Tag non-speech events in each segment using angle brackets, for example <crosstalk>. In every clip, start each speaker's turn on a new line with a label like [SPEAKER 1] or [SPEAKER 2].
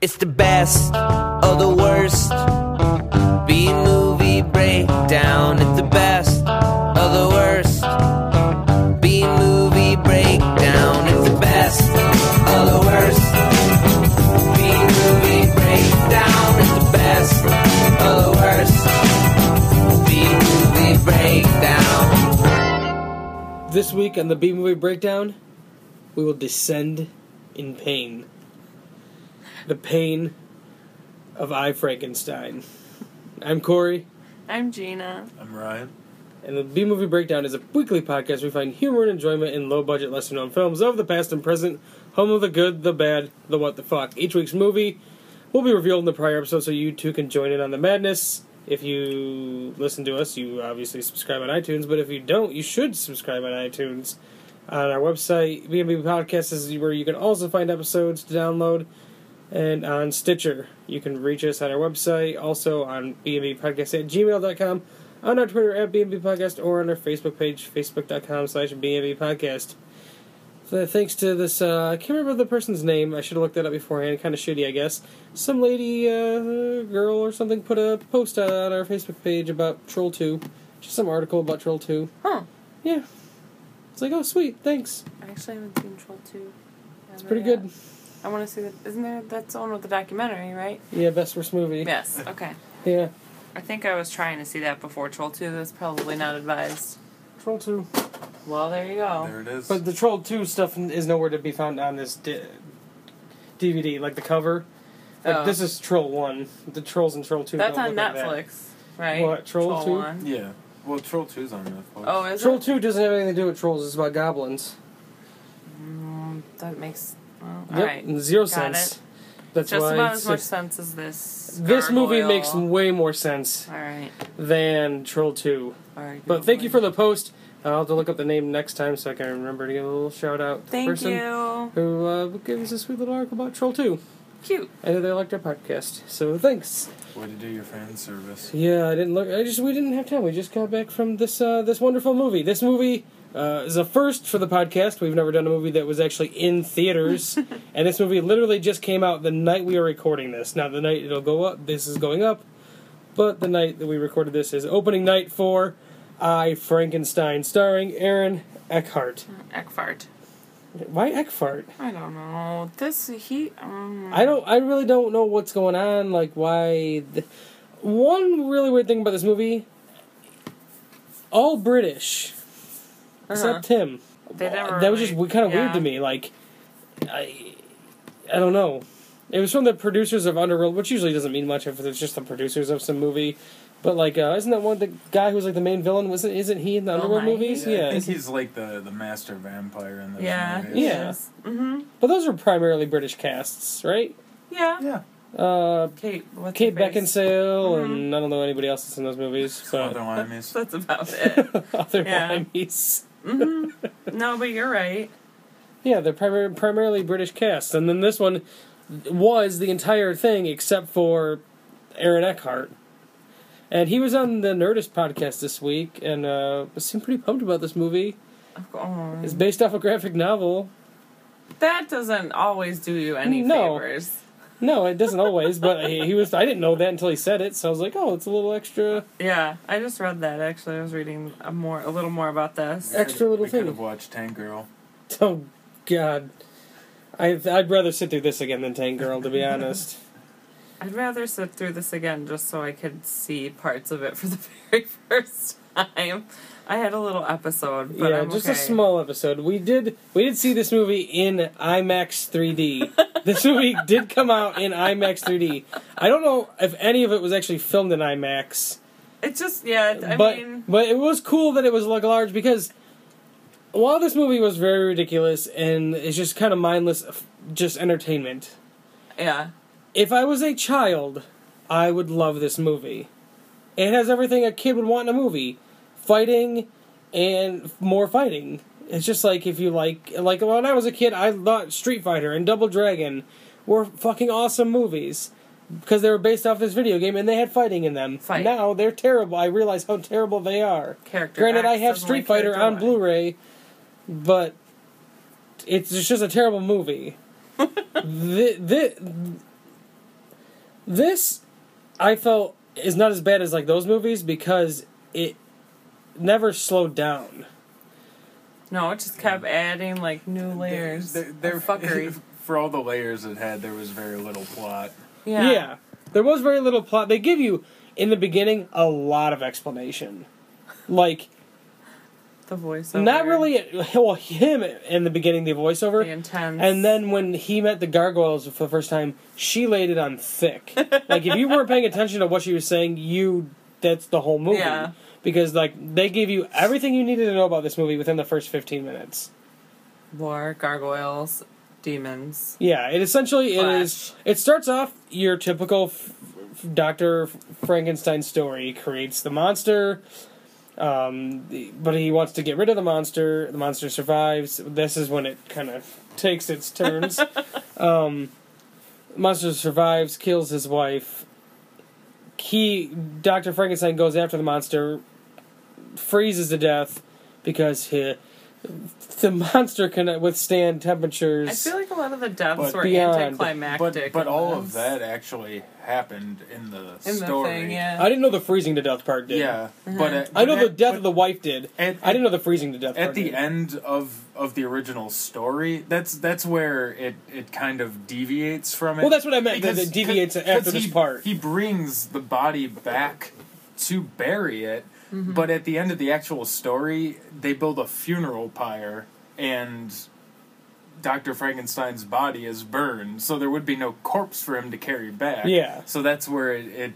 [SPEAKER 1] It's the best of the worst. B movie breakdown. It's the best of the worst. B movie breakdown. It's the best of the worst. B movie breakdown. It's the best of the worst. B movie breakdown.
[SPEAKER 2] This week on the B movie breakdown, we will descend in pain. The pain of I Frankenstein. I'm Corey,
[SPEAKER 3] I'm Gina.
[SPEAKER 4] I'm Ryan.
[SPEAKER 2] and the B movie breakdown is a weekly podcast where we find humor and enjoyment in low budget, lesser known films of the past and present, home of the good, the bad, the what the fuck. Each week's movie will be revealed in the prior episode, so you too can join in on the madness. If you listen to us, you obviously subscribe on iTunes, but if you don't, you should subscribe on iTunes. on our website. BNB Podcast is where you can also find episodes to download, and on Stitcher. You can reach us on our website, also on bnbpodcast at gmail.com, on our Twitter at BNB Podcast, or on our Facebook page, facebook.com slash BNB Podcast. So thanks to this, uh, I can't remember the person's name. I should have looked that up beforehand. Kind of shitty, I guess. Some lady, uh, girl or something, put a post on our Facebook page about Troll 2. Just some article about Troll 2.
[SPEAKER 3] Huh.
[SPEAKER 2] Yeah. It's like, oh, sweet, thanks.
[SPEAKER 3] I actually haven't seen Troll 2.
[SPEAKER 2] It's pretty
[SPEAKER 3] Oh,
[SPEAKER 2] good.
[SPEAKER 3] I want to see that. Isn't there? That's the one with the documentary, right?
[SPEAKER 2] Yeah, best worst movie.
[SPEAKER 3] Yes. Okay.
[SPEAKER 2] Yeah.
[SPEAKER 3] I think I was trying to see that before Troll 2. That's probably not advised.
[SPEAKER 2] Troll 2.
[SPEAKER 3] Well, there you go.
[SPEAKER 4] There it is.
[SPEAKER 2] Oh. But the Troll 2 stuff n- is nowhere to be found on this di- DVD, like the cover. Like,
[SPEAKER 3] Oh.
[SPEAKER 2] this is Troll 1. The Trolls and Troll 2.
[SPEAKER 3] That's
[SPEAKER 2] don't
[SPEAKER 3] on
[SPEAKER 2] look like that.
[SPEAKER 3] Netflix, right?
[SPEAKER 2] What, Troll 2?
[SPEAKER 3] one.
[SPEAKER 4] yeah. Well, Troll 2's on Netflix.
[SPEAKER 3] Oh, is
[SPEAKER 2] Troll
[SPEAKER 3] it?
[SPEAKER 2] 2 doesn't have anything to do with trolls, it's about goblins.
[SPEAKER 3] Mm, that makes. Well,
[SPEAKER 2] Yep,
[SPEAKER 3] All right.
[SPEAKER 2] and Zero
[SPEAKER 3] Got
[SPEAKER 2] sense.
[SPEAKER 3] it.
[SPEAKER 2] That's
[SPEAKER 3] Just
[SPEAKER 2] why
[SPEAKER 3] about
[SPEAKER 2] it's
[SPEAKER 3] as much
[SPEAKER 2] just-
[SPEAKER 3] sense as this.
[SPEAKER 2] this movie
[SPEAKER 3] gargoyle.
[SPEAKER 2] makes way more sense
[SPEAKER 3] All right.
[SPEAKER 2] than Troll 2.
[SPEAKER 3] All right.
[SPEAKER 2] But thank you for the post. I'll have to look up the name next time so I can remember to give a little shout out to the
[SPEAKER 3] Thank
[SPEAKER 2] person
[SPEAKER 3] you.
[SPEAKER 2] who uh, gave us a sweet little article about Troll 2.
[SPEAKER 3] Cute.
[SPEAKER 2] I know they liked our podcast, so thanks.
[SPEAKER 4] Way to do your fan service.
[SPEAKER 2] Yeah, I didn't look. I just we didn't have time. We just got back from this uh, this wonderful movie. This movie uh, is a first for the podcast. We've never done a movie that was actually in theaters, and this movie literally just came out the night we are recording this. Not the night it'll go up. This is going up, but the night that we recorded this is opening night for I Frankenstein, starring Aaron Eckhart.
[SPEAKER 3] Uh-huh. Eckfart.
[SPEAKER 2] Why Eckhart?
[SPEAKER 3] I don't know. This he. Um,
[SPEAKER 2] I don't. I really don't know what's going on. Like why? Th- One really weird thing about this movie: all British, except him.
[SPEAKER 3] Uh-huh. They never
[SPEAKER 2] that was just
[SPEAKER 3] really-
[SPEAKER 2] kind of weird
[SPEAKER 3] yeah.
[SPEAKER 2] to me. Like, I, I don't know. It was from the producers of Underworld, which usually doesn't mean much if it's just the producers of some movie. But like, uh, isn't that one the guy who's like the main villain? Wasn't isn't he in the
[SPEAKER 3] Bill
[SPEAKER 2] Underworld
[SPEAKER 3] Nighy?
[SPEAKER 2] movies? Yeah.
[SPEAKER 4] I think he's like the, the master vampire in those
[SPEAKER 3] Yeah.
[SPEAKER 4] movies.
[SPEAKER 2] Yeah.
[SPEAKER 3] Mm-hmm.
[SPEAKER 2] but those are primarily British casts, right?
[SPEAKER 3] Yeah.
[SPEAKER 4] Yeah.
[SPEAKER 2] Uh,
[SPEAKER 3] Kate. What's
[SPEAKER 2] Kate
[SPEAKER 3] her face?
[SPEAKER 2] Beckinsale,
[SPEAKER 3] Mm-hmm.
[SPEAKER 2] and I don't know anybody else that's in those movies. But
[SPEAKER 4] Other
[SPEAKER 3] <laughs>
[SPEAKER 4] Wimies.
[SPEAKER 3] That's about it.
[SPEAKER 2] <laughs> other
[SPEAKER 3] Yeah.
[SPEAKER 2] Limeys.
[SPEAKER 3] no, but you're right.
[SPEAKER 2] Yeah, they're primar- primarily British casts, and then this one was the entire thing except for Aaron Eckhart, and he was on the Nerdist podcast this week, and uh, seemed pretty pumped about this movie.
[SPEAKER 3] Oh,
[SPEAKER 2] It's based off a graphic novel.
[SPEAKER 3] that doesn't always do you any
[SPEAKER 2] No.
[SPEAKER 3] favors.
[SPEAKER 2] No, it doesn't always, but he, he was. I didn't know that until he said it, so I was like, oh, it's a little extra.
[SPEAKER 3] Yeah, I just read that actually. I was reading a more a little more about this.
[SPEAKER 2] Extra little
[SPEAKER 4] we
[SPEAKER 2] thing.
[SPEAKER 4] could have watched Tank Girl.
[SPEAKER 2] Oh God. I, I'd rather sit through this again than Tank Girl, to be honest.
[SPEAKER 3] I'd rather sit through this again just so I could see parts of it for <laughs> the very first time. I had a little episode, but
[SPEAKER 2] yeah,
[SPEAKER 3] I'm
[SPEAKER 2] just a
[SPEAKER 3] okay.
[SPEAKER 2] small episode. We did we did see this movie in IMAX
[SPEAKER 3] <laughs>
[SPEAKER 2] 3D. this movie did come out in IMAX 3D. I don't know if any of it was actually filmed in IMAX,
[SPEAKER 3] It's just yeah. I
[SPEAKER 2] but
[SPEAKER 3] mean,
[SPEAKER 2] but it was cool that it was like large because while this movie was very ridiculous and it's just kind of mindless, f- just entertainment.
[SPEAKER 3] yeah.
[SPEAKER 2] If I was a child, I would love this movie. It has everything a kid would want in a movie: fighting and f- more fighting. It's just like if you like, like when I was a kid, I thought Street Fighter and Double Dragon were fucking awesome movies because they were based off this video game and they had fighting in them.
[SPEAKER 3] Fight.
[SPEAKER 2] Now they're terrible. I realize how terrible they are.
[SPEAKER 3] Character.
[SPEAKER 2] Granted, I
[SPEAKER 3] X
[SPEAKER 2] have
[SPEAKER 3] doesn't
[SPEAKER 2] Street
[SPEAKER 3] like
[SPEAKER 2] Fighter
[SPEAKER 3] character
[SPEAKER 2] on
[SPEAKER 3] Y.
[SPEAKER 2] Blu-ray, but
[SPEAKER 3] <laughs>
[SPEAKER 2] it's, it's just a terrible movie. the, the, This, I felt, is not as bad as like those movies because it never slowed down.
[SPEAKER 3] No, it just kept adding like new layers.
[SPEAKER 4] There,
[SPEAKER 3] They're,
[SPEAKER 4] there,
[SPEAKER 3] fuckery.
[SPEAKER 4] <laughs> For all the layers it had, there was very little plot.
[SPEAKER 3] Yeah.
[SPEAKER 2] There was very little plot. They give you, in the beginning, a lot of explanation. Like,
[SPEAKER 3] The voice.
[SPEAKER 2] not really, well, him in the beginning, the voiceover.
[SPEAKER 3] The intense.
[SPEAKER 2] And then when he met the gargoyles for the first time, she laid it on thick. like if you weren't paying attention to what she was saying, you that's the whole movie.
[SPEAKER 3] Yeah.
[SPEAKER 2] Because like they gave you everything you needed to know about this movie within the first fifteen minutes.
[SPEAKER 3] War, gargoyles, demons.
[SPEAKER 2] Yeah, it essentially it
[SPEAKER 3] Flash.
[SPEAKER 2] is. It starts off your typical f- f- Doctor Frankenstein story. He creates the monster, um, the- but he wants to get rid of the monster. The monster survives. This is when it kind of takes
[SPEAKER 3] <laughs>
[SPEAKER 2] its turns. um, monster survives, kills his wife. He Doctor Frankenstein goes after the monster, freezes to death because he, the monster cannot withstand temperatures.
[SPEAKER 3] I feel like a lot of the deaths
[SPEAKER 4] But
[SPEAKER 3] were
[SPEAKER 2] beyond-
[SPEAKER 4] But
[SPEAKER 3] anticlimactic.
[SPEAKER 4] but
[SPEAKER 3] in
[SPEAKER 4] all of
[SPEAKER 3] this.
[SPEAKER 4] that actually happened in the
[SPEAKER 3] in the
[SPEAKER 4] story.
[SPEAKER 3] thing, yeah.
[SPEAKER 2] I didn't know the freezing to death part did.
[SPEAKER 4] Yeah, but, at,
[SPEAKER 2] I know
[SPEAKER 4] but
[SPEAKER 2] the
[SPEAKER 4] at-
[SPEAKER 2] death
[SPEAKER 4] but
[SPEAKER 2] of the wife did.
[SPEAKER 4] at-
[SPEAKER 2] I didn't know the freezing to death
[SPEAKER 4] at
[SPEAKER 2] part
[SPEAKER 4] the
[SPEAKER 2] did.
[SPEAKER 4] end of of the original story. That's that's where it it kind of deviates from it.
[SPEAKER 2] Well, that's what I meant, that
[SPEAKER 4] Because-
[SPEAKER 2] it deviates
[SPEAKER 4] because
[SPEAKER 2] after this
[SPEAKER 4] he-
[SPEAKER 2] part.
[SPEAKER 4] He brings the body back to bury it,
[SPEAKER 2] Mm-hmm.
[SPEAKER 4] but at the end of the actual story, they build a funeral pyre and. Dr. Frankenstein's body is burned, so there would be no corpse for him to carry back.
[SPEAKER 2] Yeah.
[SPEAKER 4] So that's where it, it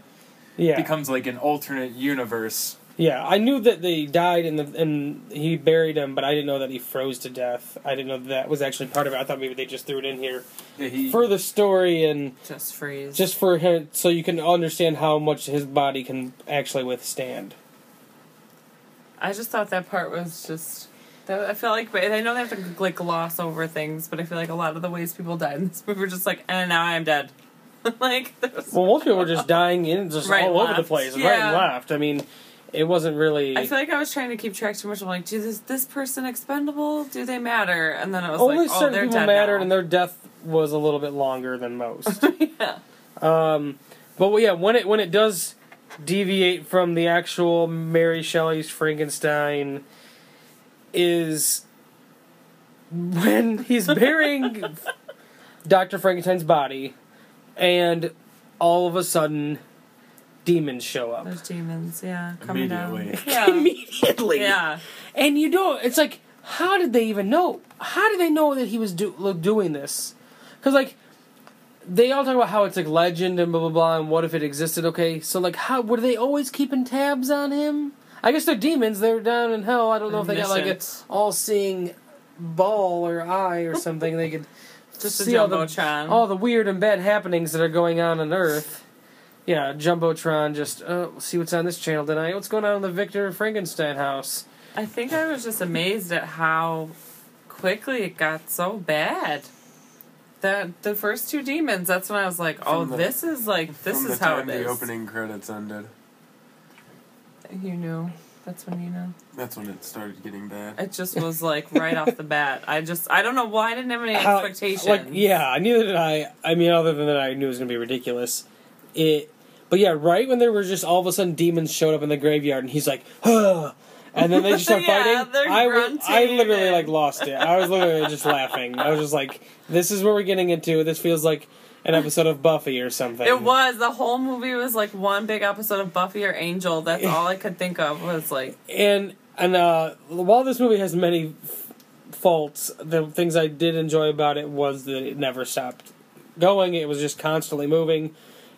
[SPEAKER 2] Yeah.
[SPEAKER 4] becomes like an alternate universe.
[SPEAKER 2] yeah, I knew that they died and the, and he buried him, but I didn't know that he froze to death. I didn't know that, that was actually part of it. I thought maybe they just threw it in here
[SPEAKER 4] Yeah, he-
[SPEAKER 2] for the story and
[SPEAKER 3] Just freeze.
[SPEAKER 2] just for him so you can understand how much his body can actually withstand.
[SPEAKER 3] I just thought that part was just. That, I feel like, but I know they have to like gloss over things, but I feel like a lot of the ways people died in this movie were just like, and now I am dead. <laughs> like, that was-
[SPEAKER 2] Well, most people were just dying in just
[SPEAKER 3] Right
[SPEAKER 2] all
[SPEAKER 3] and
[SPEAKER 2] over the
[SPEAKER 3] left.
[SPEAKER 2] place, right
[SPEAKER 3] Yeah.
[SPEAKER 2] and left. I mean, it wasn't really
[SPEAKER 3] I feel like I was trying to keep track too much. I'm like, do this this person expendable? Do they matter? And then I was
[SPEAKER 2] only
[SPEAKER 3] like, oh,
[SPEAKER 2] certain
[SPEAKER 3] they're
[SPEAKER 2] people
[SPEAKER 3] dead
[SPEAKER 2] mattered,
[SPEAKER 3] now.
[SPEAKER 2] and their death was a little bit longer than most.
[SPEAKER 3] <laughs> yeah.
[SPEAKER 2] But yeah, when it when it does deviate from the actual Mary Shelley's Frankenstein is when <laughs> he's burying Dr. Frankenstein's body and all of a sudden demons show up.
[SPEAKER 3] There's demons, yeah, coming down. <laughs>
[SPEAKER 4] Immediately.
[SPEAKER 3] Yeah,
[SPEAKER 2] Immediately.
[SPEAKER 3] yeah.
[SPEAKER 2] And you don't it's like how did they even know? How did they know that he was do, like, doing this? Cuz like they all talk about how it's like legend and blah blah blah and what if it existed okay so like how were they always keeping tabs on him i guess they're demons they're down in hell i don't know if they got like an
[SPEAKER 3] Omniscient.
[SPEAKER 2] all-seeing ball or eye
[SPEAKER 3] <laughs>
[SPEAKER 2] or something they could
[SPEAKER 3] Just a
[SPEAKER 2] see all the,
[SPEAKER 3] jumbotron.
[SPEAKER 2] all the weird and bad happenings that are going on on earth yeah jumbotron just uh, see what's on this channel tonight what's going on in the victor frankenstein house
[SPEAKER 3] I think I was just amazed at how quickly it got so bad. That the first two demons. That's when I was like, oh,
[SPEAKER 4] From the-
[SPEAKER 3] this is like this
[SPEAKER 4] From
[SPEAKER 3] is
[SPEAKER 4] the
[SPEAKER 3] how
[SPEAKER 4] time
[SPEAKER 3] it is.
[SPEAKER 4] the opening credits ended.
[SPEAKER 3] You knew. That's when you knew.
[SPEAKER 4] That's when it started getting bad.
[SPEAKER 3] It just was like right off the bat. I just I don't know why I didn't have any
[SPEAKER 2] How-
[SPEAKER 3] expectations.
[SPEAKER 2] Like, yeah, I neither did I. I mean, other than that, I knew it was going to be ridiculous. It, but yeah, right when there was just all of a sudden demons showed up in the graveyard, and he's like, huh. And then they just start
[SPEAKER 3] <laughs> Yeah,
[SPEAKER 2] fighting.
[SPEAKER 3] they're
[SPEAKER 2] I, w-
[SPEAKER 3] grunting
[SPEAKER 2] I literally
[SPEAKER 3] and-
[SPEAKER 2] like lost it. I was literally just laughing. I was just like, "This is what we're getting into. This feels like an episode of Buffy or something."
[SPEAKER 3] It was the whole movie was like one big episode of Buffy or Angel. That's all I could think of was like
[SPEAKER 2] And and uh, while this movie has many f- faults, the things I did enjoy about it was that it never stopped going. It was just constantly moving,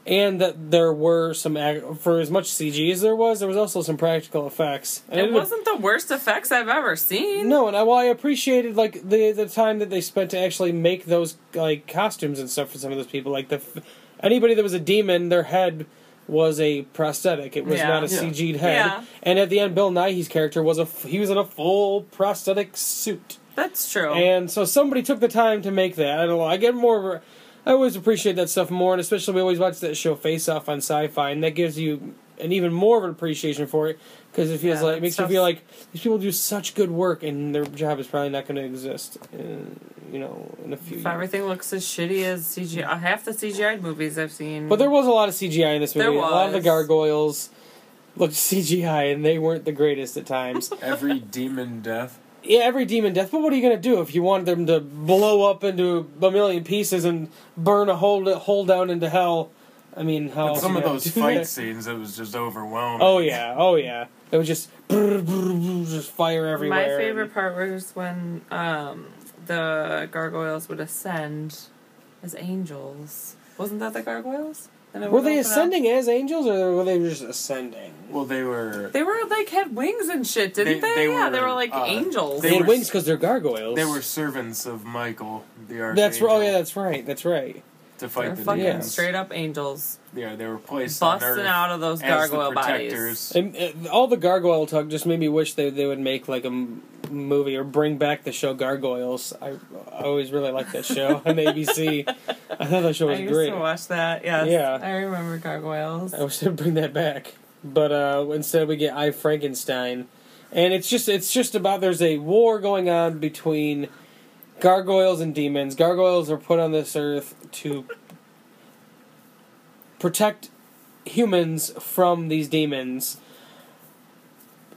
[SPEAKER 2] and that there were some ac- for as much CG as there was, there was also some practical effects. And
[SPEAKER 3] it wasn't the worst effects I've ever seen.
[SPEAKER 2] No, and I, well, I appreciated like the the time that they spent to actually make those like costumes and stuff for some of those people. Like the f- anybody that was a demon, their head was a prosthetic. It was
[SPEAKER 3] Yeah.
[SPEAKER 2] not a
[SPEAKER 3] Yeah.
[SPEAKER 2] CG'd head.
[SPEAKER 3] Yeah.
[SPEAKER 2] And at the end, Bill Nighy's character was a f- he was in a full prosthetic suit,
[SPEAKER 3] That's true.
[SPEAKER 2] and so somebody took the time to make that. I don't know. I get more. of a- I always appreciate that stuff more, and especially we always watch that show Face Off on Sci-Fi, and that gives you an even more of an appreciation for it because it feels
[SPEAKER 3] Yeah,
[SPEAKER 2] like it
[SPEAKER 3] that
[SPEAKER 2] makes you
[SPEAKER 3] stuff's-
[SPEAKER 2] feel like these people do such good work and their job is probably not going to exist, in, you know, in a few.
[SPEAKER 3] If
[SPEAKER 2] years.
[SPEAKER 3] everything looks as shitty as CGI, uh, half the CGI movies I've seen.
[SPEAKER 2] But there was a lot of CGI in this movie.
[SPEAKER 3] There
[SPEAKER 2] A lot of the
[SPEAKER 3] was.
[SPEAKER 2] gargoyles looked <laughs> CGI, and they weren't the greatest at times.
[SPEAKER 4] Every demon death.
[SPEAKER 2] yeah, every demon death. But what are you gonna do if you wanted them to blow up into a million pieces and burn a hole hole down into hell? I mean, how
[SPEAKER 4] But
[SPEAKER 2] else
[SPEAKER 4] some
[SPEAKER 2] you
[SPEAKER 4] of
[SPEAKER 2] gonna
[SPEAKER 4] those
[SPEAKER 2] do <laughs>
[SPEAKER 4] fight
[SPEAKER 2] that?
[SPEAKER 4] scenes, it was just overwhelming.
[SPEAKER 2] Oh yeah, oh yeah. It was just brr, brr, brr, just fire
[SPEAKER 3] My
[SPEAKER 2] everywhere.
[SPEAKER 3] favorite part was when um, the gargoyles would ascend as angels. Wasn't that the gargoyles? And it
[SPEAKER 2] Were
[SPEAKER 3] would
[SPEAKER 2] they
[SPEAKER 3] open up-
[SPEAKER 2] ascending as angels, or were they just ascending?
[SPEAKER 4] Well, they were.
[SPEAKER 3] They were like had wings and shit, didn't
[SPEAKER 4] They-
[SPEAKER 3] they?
[SPEAKER 4] they
[SPEAKER 3] yeah,
[SPEAKER 4] were,
[SPEAKER 3] they were like
[SPEAKER 4] uh,
[SPEAKER 3] angels.
[SPEAKER 2] They,
[SPEAKER 4] They
[SPEAKER 2] had
[SPEAKER 4] were-
[SPEAKER 2] wings because they're gargoyles.
[SPEAKER 4] They were servants of Michael, the archangel.
[SPEAKER 2] That's oh yeah, that's right, that's right.
[SPEAKER 3] They
[SPEAKER 4] to fight
[SPEAKER 3] were
[SPEAKER 4] the
[SPEAKER 3] fucking
[SPEAKER 2] demons.
[SPEAKER 3] straight up angels
[SPEAKER 4] Yeah, they were placed on Earth
[SPEAKER 3] busting out of those
[SPEAKER 4] as the
[SPEAKER 3] gargoyle bodies.
[SPEAKER 4] protectors.
[SPEAKER 2] And uh, all the gargoyle talk just made me wish they they would make like a m- movie or bring back the show Gargoyles. I, I always really liked that show
[SPEAKER 3] <laughs>
[SPEAKER 2] on ABC. I thought that show
[SPEAKER 3] I
[SPEAKER 2] was
[SPEAKER 3] used
[SPEAKER 2] great.
[SPEAKER 3] to watch that. Yes,
[SPEAKER 2] Yeah. Oh.
[SPEAKER 3] I remember gargoyles.
[SPEAKER 2] I wish they'd bring that back. But uh, instead, we get I Frankenstein, and it's just it's just about there's a war going on between gargoyles and demons. Gargoyles are put on this earth to protect humans from these demons.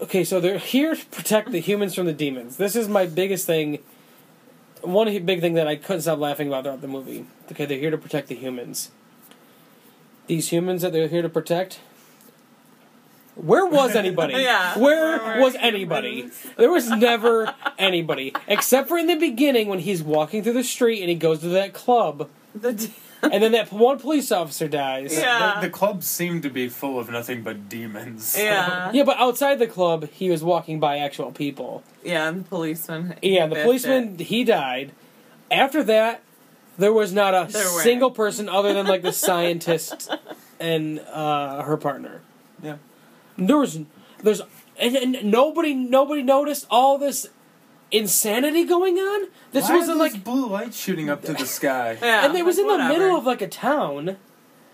[SPEAKER 2] Okay, so they're here to protect the humans from the demons. This is my biggest thing. One hi- big thing that I couldn't stop laughing about throughout the movie. Okay, they're here to protect the humans. These humans that they're here to protect. Where was anybody?
[SPEAKER 3] <laughs> Yeah.
[SPEAKER 2] Where,
[SPEAKER 3] Where were
[SPEAKER 2] was anybody?
[SPEAKER 3] humans?
[SPEAKER 2] There was never anybody. Except for in the beginning when he's walking through the street and he goes to that club. <laughs>
[SPEAKER 3] The d-
[SPEAKER 2] And then that one police officer dies.
[SPEAKER 3] Yeah.
[SPEAKER 4] The, the club seemed to be full of nothing but demons. <laughs>
[SPEAKER 3] yeah,
[SPEAKER 2] Yeah, but outside the club, he was walking by actual people.
[SPEAKER 3] yeah, and the policeman.
[SPEAKER 2] Yeah, the
[SPEAKER 3] bitched
[SPEAKER 2] policeman, he died. After that, there was not a
[SPEAKER 3] There weren't.
[SPEAKER 2] single person other than like the scientist and uh, her partner.
[SPEAKER 4] Yeah.
[SPEAKER 2] There was, there's, and, and nobody, nobody noticed all this insanity going on. This
[SPEAKER 4] Why are
[SPEAKER 2] wasn't
[SPEAKER 4] these
[SPEAKER 2] like,
[SPEAKER 4] blue lights shooting up to the sky.
[SPEAKER 3] it. <laughs> Yeah,
[SPEAKER 2] and it was
[SPEAKER 3] like,
[SPEAKER 2] in the
[SPEAKER 3] whatever.
[SPEAKER 2] middle of like a town,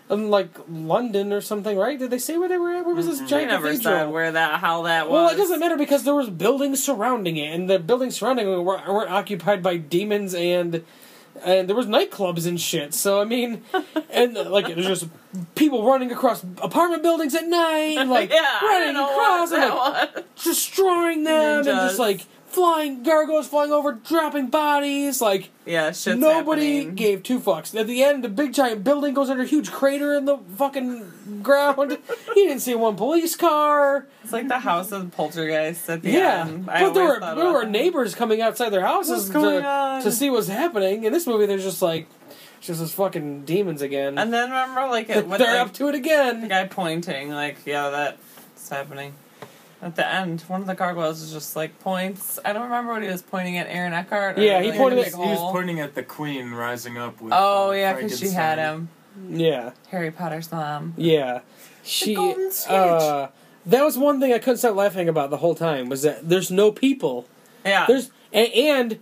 [SPEAKER 2] in like London or something, right? Did they say where they were at? Where was this
[SPEAKER 3] They
[SPEAKER 2] giant
[SPEAKER 3] never
[SPEAKER 2] cathedral?
[SPEAKER 3] said where that, how that was.
[SPEAKER 2] Well, it doesn't matter because there was buildings surrounding it, and the buildings surrounding it were, were occupied by demons and and there was nightclubs and shit. So I
[SPEAKER 3] <laughs>
[SPEAKER 2] mean, and uh, like there's just people running across apartment buildings at night,
[SPEAKER 3] <laughs>
[SPEAKER 2] like
[SPEAKER 3] yeah, I
[SPEAKER 2] running
[SPEAKER 3] don't know
[SPEAKER 2] across
[SPEAKER 3] what
[SPEAKER 2] and like
[SPEAKER 3] that was.
[SPEAKER 2] destroying them, and just
[SPEAKER 3] Ninjas.
[SPEAKER 2] like flying gargoyles flying over, dropping bodies, like.
[SPEAKER 3] <laughs> Yeah, shit's
[SPEAKER 2] Nobody
[SPEAKER 3] happening.
[SPEAKER 2] gave two fucks. At the end, the big giant building goes under a huge crater in the fucking
[SPEAKER 3] <laughs>
[SPEAKER 2] ground. you didn't see one police car.
[SPEAKER 3] It's like the house of Poltergeist at the
[SPEAKER 2] Yeah,
[SPEAKER 3] end. I
[SPEAKER 2] but there
[SPEAKER 3] always
[SPEAKER 2] were
[SPEAKER 3] thought
[SPEAKER 2] there
[SPEAKER 3] about
[SPEAKER 2] were
[SPEAKER 3] that.
[SPEAKER 2] neighbors coming outside their houses
[SPEAKER 3] What's going
[SPEAKER 2] to,
[SPEAKER 3] on?
[SPEAKER 2] to see what's happening. In this movie, there's just like just those fucking demons again. <laughs>
[SPEAKER 3] And then remember, like,
[SPEAKER 2] they're
[SPEAKER 3] it, with
[SPEAKER 2] they're
[SPEAKER 3] like,
[SPEAKER 2] up to it
[SPEAKER 3] the
[SPEAKER 2] again.
[SPEAKER 3] guy pointing, like, yeah, that's happening. At the end, one of the gargoyles is just like points. I don't remember what he was pointing at. Aaron Eckhart. or
[SPEAKER 2] Yeah, he
[SPEAKER 3] like,
[SPEAKER 2] pointed
[SPEAKER 3] a
[SPEAKER 2] at-
[SPEAKER 3] big
[SPEAKER 4] He was
[SPEAKER 3] hole.
[SPEAKER 4] pointing at the queen rising up with.
[SPEAKER 3] Oh
[SPEAKER 4] uh,
[SPEAKER 3] yeah, because she had
[SPEAKER 4] Frankenstein.
[SPEAKER 3] him.
[SPEAKER 2] Yeah,
[SPEAKER 3] Harry Potter's mom.
[SPEAKER 2] yeah. She.
[SPEAKER 3] golden snitch.
[SPEAKER 2] Uh, that was one thing I couldn't stop laughing about the whole time was that there's no people.
[SPEAKER 3] Yeah.
[SPEAKER 2] There's and, and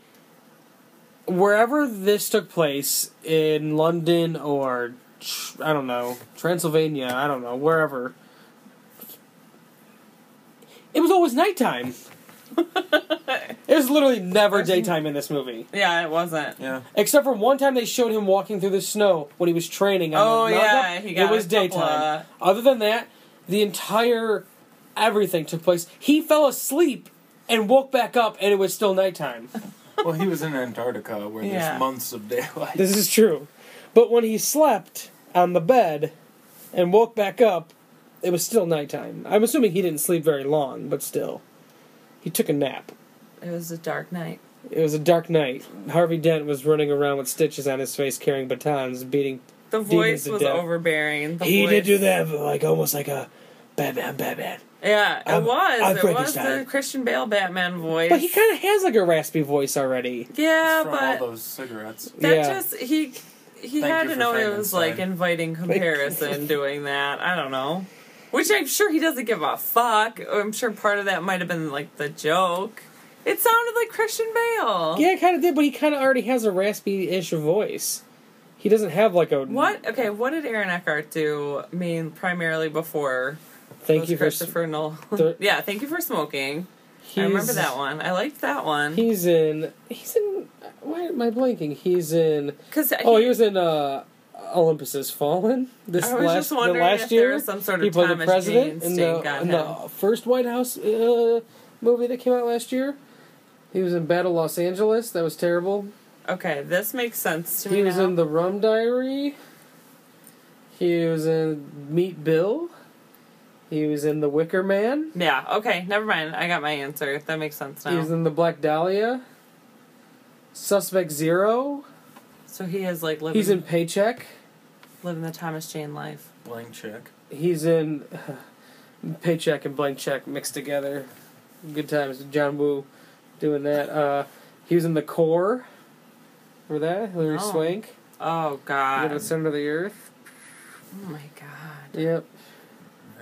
[SPEAKER 2] wherever this took place in London or tr- I don't know Transylvania, I don't know wherever. It was always
[SPEAKER 3] <laughs>
[SPEAKER 2] nighttime. it was literally never daytime in this movie,
[SPEAKER 3] yeah, it wasn't.
[SPEAKER 4] Yeah.
[SPEAKER 2] except for one time they showed him walking through the snow when he was training. On
[SPEAKER 3] Oh
[SPEAKER 2] the mountain.
[SPEAKER 3] yeah, he got
[SPEAKER 2] it was
[SPEAKER 3] a couple uh,
[SPEAKER 2] daytime.
[SPEAKER 3] of-
[SPEAKER 2] Other than that, the entire everything took place. He fell asleep and woke back up, and it was still nighttime.
[SPEAKER 4] Well, he was in Antarctica where
[SPEAKER 3] Yeah.
[SPEAKER 4] there's months of daylight.
[SPEAKER 2] This is true. But when he slept on the bed and woke back up, it was still nighttime. I'm assuming he didn't sleep very long, but still. He took a nap.
[SPEAKER 3] It was a dark night.
[SPEAKER 2] It was a dark night. Harvey Dent was running around with stitches on his face, carrying batons, beating.
[SPEAKER 3] The
[SPEAKER 2] Demons
[SPEAKER 3] voice
[SPEAKER 2] of
[SPEAKER 3] was
[SPEAKER 2] death.
[SPEAKER 3] overbearing. The
[SPEAKER 2] He did
[SPEAKER 3] voice-
[SPEAKER 2] do that, but like almost like a Batman, Batman.
[SPEAKER 3] Yeah, it
[SPEAKER 2] I'm-
[SPEAKER 3] was.
[SPEAKER 2] I'm
[SPEAKER 3] it was the
[SPEAKER 2] Frankenstein.
[SPEAKER 3] Christian Bale Batman voice.
[SPEAKER 2] But he kind of has like a raspy voice already.
[SPEAKER 3] yeah,
[SPEAKER 4] from
[SPEAKER 3] but
[SPEAKER 4] all those cigarettes.
[SPEAKER 3] that
[SPEAKER 2] Yeah.
[SPEAKER 3] just he he
[SPEAKER 4] Thank
[SPEAKER 3] had
[SPEAKER 4] you
[SPEAKER 3] to
[SPEAKER 4] for
[SPEAKER 3] know it was
[SPEAKER 4] Frankenstein.
[SPEAKER 3] like inviting comparison doing that. I don't know. Which I'm sure he doesn't give a fuck. I'm sure part of that might have been like the joke. It sounded like Christian Bale.
[SPEAKER 2] Yeah, kind of did, but he kind of already has a raspy-ish voice. He doesn't have like a
[SPEAKER 3] What? Okay, what did Aaron Eckhart do? I mean, primarily before
[SPEAKER 2] Thank
[SPEAKER 3] was
[SPEAKER 2] you for s-
[SPEAKER 3] Christopher Nolan.
[SPEAKER 2] Thir-
[SPEAKER 3] yeah, thank you for smoking.
[SPEAKER 2] he's,
[SPEAKER 3] I remember that one. I liked that one
[SPEAKER 2] He's in. He's in. Why am I blanking? He's in.
[SPEAKER 3] because
[SPEAKER 2] Oh, he was in uh, Olympus Has Fallen. This
[SPEAKER 3] I was
[SPEAKER 2] last
[SPEAKER 3] just
[SPEAKER 2] the
[SPEAKER 3] wondering
[SPEAKER 2] last
[SPEAKER 3] if
[SPEAKER 2] year,
[SPEAKER 3] there was some sort of
[SPEAKER 2] he played
[SPEAKER 3] Thomas
[SPEAKER 2] the president
[SPEAKER 3] Jane
[SPEAKER 2] in
[SPEAKER 3] stain
[SPEAKER 2] the,
[SPEAKER 3] got
[SPEAKER 2] in
[SPEAKER 3] him.
[SPEAKER 2] the first White House uh, movie that came out last year. He was in Battle Los Angeles. That was terrible.
[SPEAKER 3] Okay, this makes sense to me.
[SPEAKER 2] He was
[SPEAKER 3] now.
[SPEAKER 2] in the Rum Diary. He was in Meet Bill. He was in The Wicker Man.
[SPEAKER 3] Yeah, okay, never mind. I got my answer. That makes sense
[SPEAKER 2] He
[SPEAKER 3] now.
[SPEAKER 2] was in The Black Dahlia. Suspect Zero.
[SPEAKER 3] so he is like living
[SPEAKER 2] He's in Paycheck.
[SPEAKER 3] living the Thomas Jane life.
[SPEAKER 4] Blank check.
[SPEAKER 2] He's in <sighs> Paycheck and Blank Check mixed together. Good times. John Woo doing that. Uh, he was in The Core. Remember that? Hilary
[SPEAKER 3] No.
[SPEAKER 2] Swank.
[SPEAKER 3] Oh
[SPEAKER 2] Uh,
[SPEAKER 3] god.
[SPEAKER 2] the Center of the Earth.
[SPEAKER 3] oh my god.
[SPEAKER 2] Yep.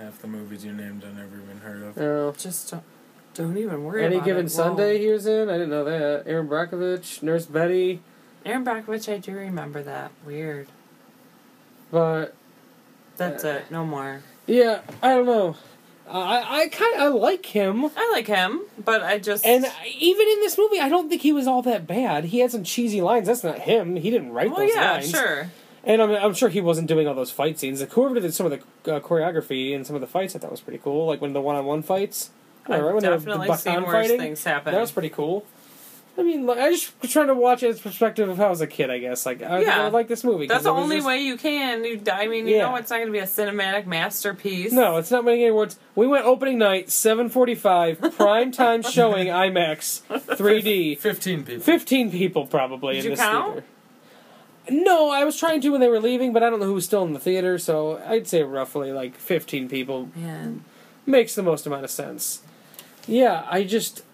[SPEAKER 4] Half the movies you named I've never even heard
[SPEAKER 3] Uh,
[SPEAKER 4] of.
[SPEAKER 2] Oh.
[SPEAKER 3] Just don't don't even worry
[SPEAKER 2] Any
[SPEAKER 3] about
[SPEAKER 2] given
[SPEAKER 3] it.
[SPEAKER 2] Sunday he was in. I didn't know that. Aaron Brockovich, Nurse Betty,
[SPEAKER 3] Whoa. Aaron Brockovich, I do remember that. Weird.
[SPEAKER 2] but
[SPEAKER 3] That's it. No more.
[SPEAKER 2] yeah, I don't know. I I kind I like him,
[SPEAKER 3] I like him, but I just
[SPEAKER 2] and even in this movie, I don't think he was all that bad. He had some cheesy lines. That's not him. He didn't write
[SPEAKER 3] Well,
[SPEAKER 2] those
[SPEAKER 3] yeah,
[SPEAKER 2] lines.
[SPEAKER 3] sure.
[SPEAKER 2] And I'm, I'm sure he wasn't doing all those fight scenes. Like, whoever did some of the uh, choreography and some of the fights, I thought was pretty cool. Like when the one-on-one fights, All right,
[SPEAKER 3] I've
[SPEAKER 2] when the- the
[SPEAKER 3] definitely
[SPEAKER 2] Bakan
[SPEAKER 3] seen worse
[SPEAKER 2] fighting,
[SPEAKER 3] things happen.
[SPEAKER 2] That was pretty cool. I mean, like, I just was trying to watch it as perspective of how I was a kid. I guess like I,
[SPEAKER 3] Yeah.
[SPEAKER 2] I like this movie. 'cause
[SPEAKER 3] That's the
[SPEAKER 2] it was
[SPEAKER 3] only
[SPEAKER 2] just-
[SPEAKER 3] way you can. You, I mean, you
[SPEAKER 2] Yeah.
[SPEAKER 3] know, it's not going to be a cinematic masterpiece.
[SPEAKER 2] No, it's not winning any awards. We went opening night, seven
[SPEAKER 3] <laughs>
[SPEAKER 2] forty-five, prime time showing IMAX, three D.
[SPEAKER 4] Fifteen people.
[SPEAKER 2] Fifteen people probably
[SPEAKER 3] Did
[SPEAKER 2] in
[SPEAKER 3] you
[SPEAKER 2] this
[SPEAKER 3] count?
[SPEAKER 2] theater. No, I was trying to when they were leaving, but I don't know who was still in the theater, so I'd say roughly like fifteen people
[SPEAKER 3] Man.
[SPEAKER 2] makes the most amount of sense. Yeah, I just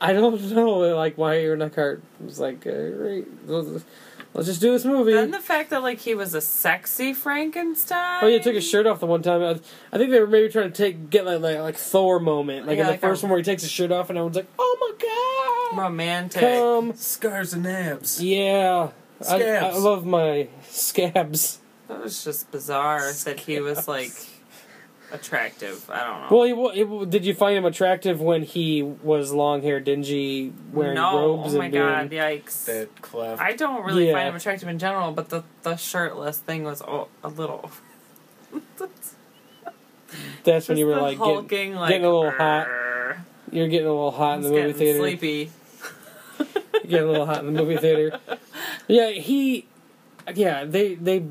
[SPEAKER 2] I don't <laughs> know like why Aaron Eckhart was like, uh, right, let's let's just do this movie.
[SPEAKER 3] Then the fact that like he was a sexy Frankenstein.
[SPEAKER 2] Oh yeah, he took his shirt off the one time. I, I think they were maybe trying to take get like like, like Thor moment, like
[SPEAKER 3] Yeah,
[SPEAKER 2] in the
[SPEAKER 3] like
[SPEAKER 2] first
[SPEAKER 3] a-
[SPEAKER 2] one where he takes his shirt off and everyone's like, "Oh my god,
[SPEAKER 3] Romantic.
[SPEAKER 2] come!"
[SPEAKER 4] Scars and abs.
[SPEAKER 2] Yeah, I, I
[SPEAKER 4] Scabs.
[SPEAKER 2] love my scabs.
[SPEAKER 3] That was just bizarre that he was like attractive. I don't know.
[SPEAKER 2] Well, he, wa- he, wa- did you find him attractive when he was long hair, dingy, wearing
[SPEAKER 3] no,
[SPEAKER 2] robes
[SPEAKER 3] oh my
[SPEAKER 2] and being?
[SPEAKER 3] god, yikes.
[SPEAKER 4] That cleft.
[SPEAKER 3] I don't really
[SPEAKER 2] Yeah.
[SPEAKER 3] find him attractive in general, but the, the shirtless thing was o a a little. <laughs> That's
[SPEAKER 2] That's when
[SPEAKER 3] just
[SPEAKER 2] you were
[SPEAKER 3] the
[SPEAKER 2] like getting,
[SPEAKER 3] hulking, like,
[SPEAKER 2] getting a little hot
[SPEAKER 3] "Arr."
[SPEAKER 2] you're getting a little hot in the
[SPEAKER 3] It's
[SPEAKER 2] movie
[SPEAKER 3] getting
[SPEAKER 2] theater.
[SPEAKER 3] sleepy.
[SPEAKER 2] getting a little hot in the movie
[SPEAKER 3] <laughs>
[SPEAKER 2] theater. Yeah, he. Yeah, they they.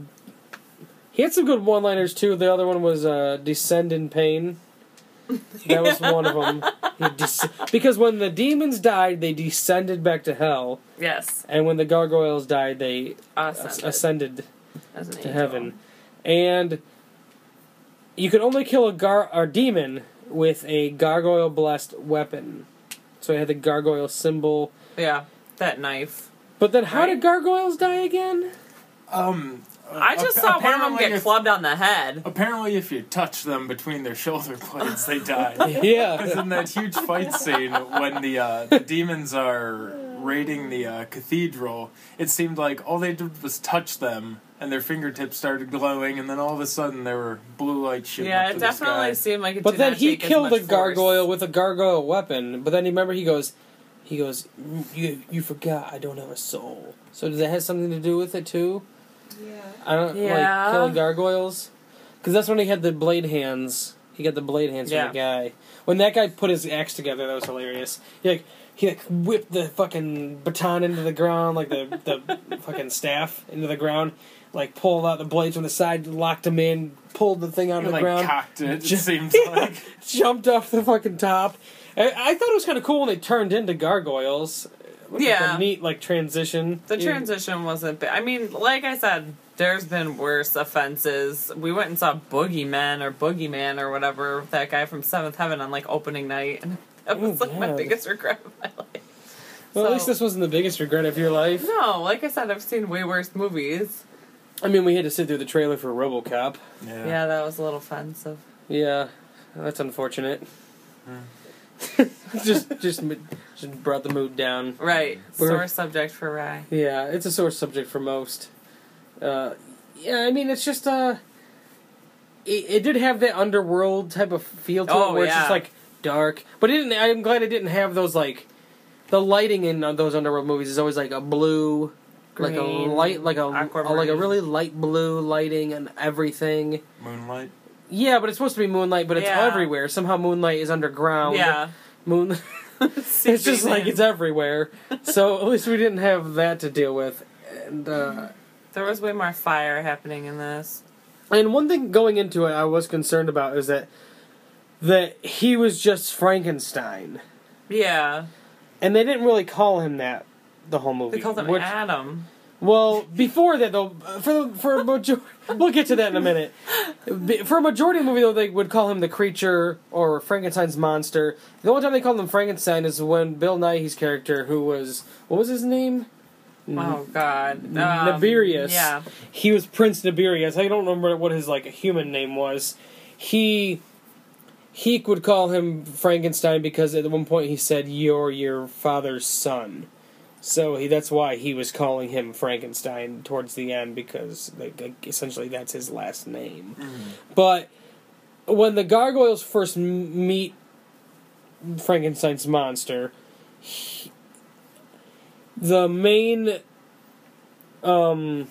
[SPEAKER 2] He had some good one-liners too. The other one was uh, "Descend in Pain." That was one of them. He desc- because when the demons died, they descended back to hell,
[SPEAKER 3] Yes,
[SPEAKER 2] and when the gargoyles died, they as-
[SPEAKER 3] ascended.
[SPEAKER 2] ascended
[SPEAKER 3] as an
[SPEAKER 2] to
[SPEAKER 3] angel.
[SPEAKER 2] heaven. And you can only kill a gar or demon with a gargoyle blessed weapon. So I had the gargoyle symbol.
[SPEAKER 3] Yeah, that knife.
[SPEAKER 2] But then, how
[SPEAKER 3] Right?
[SPEAKER 2] did gargoyles die again?
[SPEAKER 4] um.
[SPEAKER 3] I just
[SPEAKER 4] ap-
[SPEAKER 3] saw one of them
[SPEAKER 4] apparently
[SPEAKER 3] get
[SPEAKER 4] if-
[SPEAKER 3] clubbed on the head.
[SPEAKER 4] Apparently, if you touch them between their shoulder
[SPEAKER 3] <laughs>
[SPEAKER 4] blades, they die.
[SPEAKER 2] <laughs>
[SPEAKER 4] Because
[SPEAKER 2] Yeah,
[SPEAKER 4] in that huge fight scene when the, uh, the demons are raiding the uh, cathedral, it seemed like all they did was touch them, and their fingertips started glowing, and then all of a sudden there were blue lights shooting.
[SPEAKER 3] Yeah,
[SPEAKER 4] up to
[SPEAKER 3] it
[SPEAKER 4] the
[SPEAKER 3] definitely
[SPEAKER 4] sky.
[SPEAKER 3] seemed like it.
[SPEAKER 2] but
[SPEAKER 3] did
[SPEAKER 2] then
[SPEAKER 3] not
[SPEAKER 2] he
[SPEAKER 3] take as
[SPEAKER 2] killed
[SPEAKER 3] much
[SPEAKER 2] a
[SPEAKER 3] force.
[SPEAKER 2] gargoyle with a gargoyle weapon. But then remember, he goes, he goes, "Mm, you you forgot I don't have a soul. So does that have something to do with it too? Yeah. I don't
[SPEAKER 3] Yeah.
[SPEAKER 2] like killing gargoyles, because that's when he had the blade hands. He got the blade hands
[SPEAKER 3] Yeah.
[SPEAKER 2] from the guy. When that guy put his axe together, that was hilarious. He like he like whipped the fucking baton into the ground, like the
[SPEAKER 3] <laughs>
[SPEAKER 2] the fucking staff into the ground. Like pulled out the blades from the side, locked them in, pulled the thing out
[SPEAKER 4] They,
[SPEAKER 2] of the
[SPEAKER 4] like
[SPEAKER 2] ground
[SPEAKER 3] <laughs>
[SPEAKER 4] cocked it. It
[SPEAKER 2] Just-
[SPEAKER 4] seems like
[SPEAKER 2] <laughs> jumped off the fucking top. I, I thought it was kind of cool when they turned into gargoyles. Like
[SPEAKER 3] Yeah.
[SPEAKER 2] a neat like transition.
[SPEAKER 3] The
[SPEAKER 2] Yeah.
[SPEAKER 3] transition wasn't. Ba- I mean, like I said, there's been worse offenses. We went and saw Boogeyman or Boogeyman or whatever that guy from Seventh Heaven on like opening night, <laughs> and that was
[SPEAKER 2] Oh,
[SPEAKER 3] like my
[SPEAKER 2] God.
[SPEAKER 3] biggest regret of my life.
[SPEAKER 2] Well, at
[SPEAKER 3] so-
[SPEAKER 2] least this wasn't the biggest regret of your life.
[SPEAKER 3] No, like I said, I've seen way worse movies.
[SPEAKER 2] I mean, we had to sit through the trailer for RoboCop.
[SPEAKER 4] yeah.
[SPEAKER 3] Yeah, that was a little offensive.
[SPEAKER 2] Yeah, that's unfortunate. <laughs> just, just, m- just brought the mood down.
[SPEAKER 3] Right,
[SPEAKER 2] We're-
[SPEAKER 3] sore subject
[SPEAKER 2] <laughs>
[SPEAKER 3] for Rye.
[SPEAKER 2] Yeah, it's a sore subject for most. Uh, yeah, I mean, it's just uh, it, it did have that underworld type of feel to
[SPEAKER 3] Oh,
[SPEAKER 2] it, where it's just
[SPEAKER 3] yeah.
[SPEAKER 2] like dark. But it didn't. I'm glad it didn't have those like the lighting in uh, those underworld movies is always like a blue, like a
[SPEAKER 3] Green,
[SPEAKER 2] light, like a, a like a
[SPEAKER 3] aquamarine.
[SPEAKER 2] really light blue lighting and everything.
[SPEAKER 4] Moonlight.
[SPEAKER 2] Yeah, but it's supposed to be moonlight, but it's
[SPEAKER 3] Yeah.
[SPEAKER 2] everywhere. Somehow moonlight is underground.
[SPEAKER 3] yeah.
[SPEAKER 2] moon. <laughs> it's
[SPEAKER 3] <laughs>
[SPEAKER 2] just like
[SPEAKER 3] Seeping
[SPEAKER 2] <laughs>
[SPEAKER 3] in.
[SPEAKER 2] it's everywhere. so
[SPEAKER 3] <laughs>
[SPEAKER 2] at least we didn't have that to deal with. And uh,
[SPEAKER 3] There was way more fire happening in this.
[SPEAKER 2] and one thing going into it, I was concerned about is that that he was just Frankenstein,
[SPEAKER 3] Yeah.
[SPEAKER 2] and they didn't really call him that the whole movie.
[SPEAKER 3] They called him
[SPEAKER 2] which-
[SPEAKER 3] Adam.
[SPEAKER 2] Well, before that though, for for a
[SPEAKER 3] <laughs>
[SPEAKER 2] majority, we'll get to that in a minute. Be- For a majority of the movie though, they would call him the creature or Frankenstein's monster. The only time they called him Frankenstein is when Bill Nighy's character, who was what was his name?
[SPEAKER 3] Oh
[SPEAKER 2] Mm-hmm.
[SPEAKER 3] God. Um,
[SPEAKER 2] Nibirius.
[SPEAKER 3] Yeah.
[SPEAKER 2] He was Prince Nibirius. I don't remember what his like human name was. He he would call him Frankenstein because at one point he said, "You're your father's son." So he, that's why he was calling him Frankenstein towards the end because like, like, essentially that's his last name. But when the gargoyles first m- meet Frankenstein's monster, he- the main um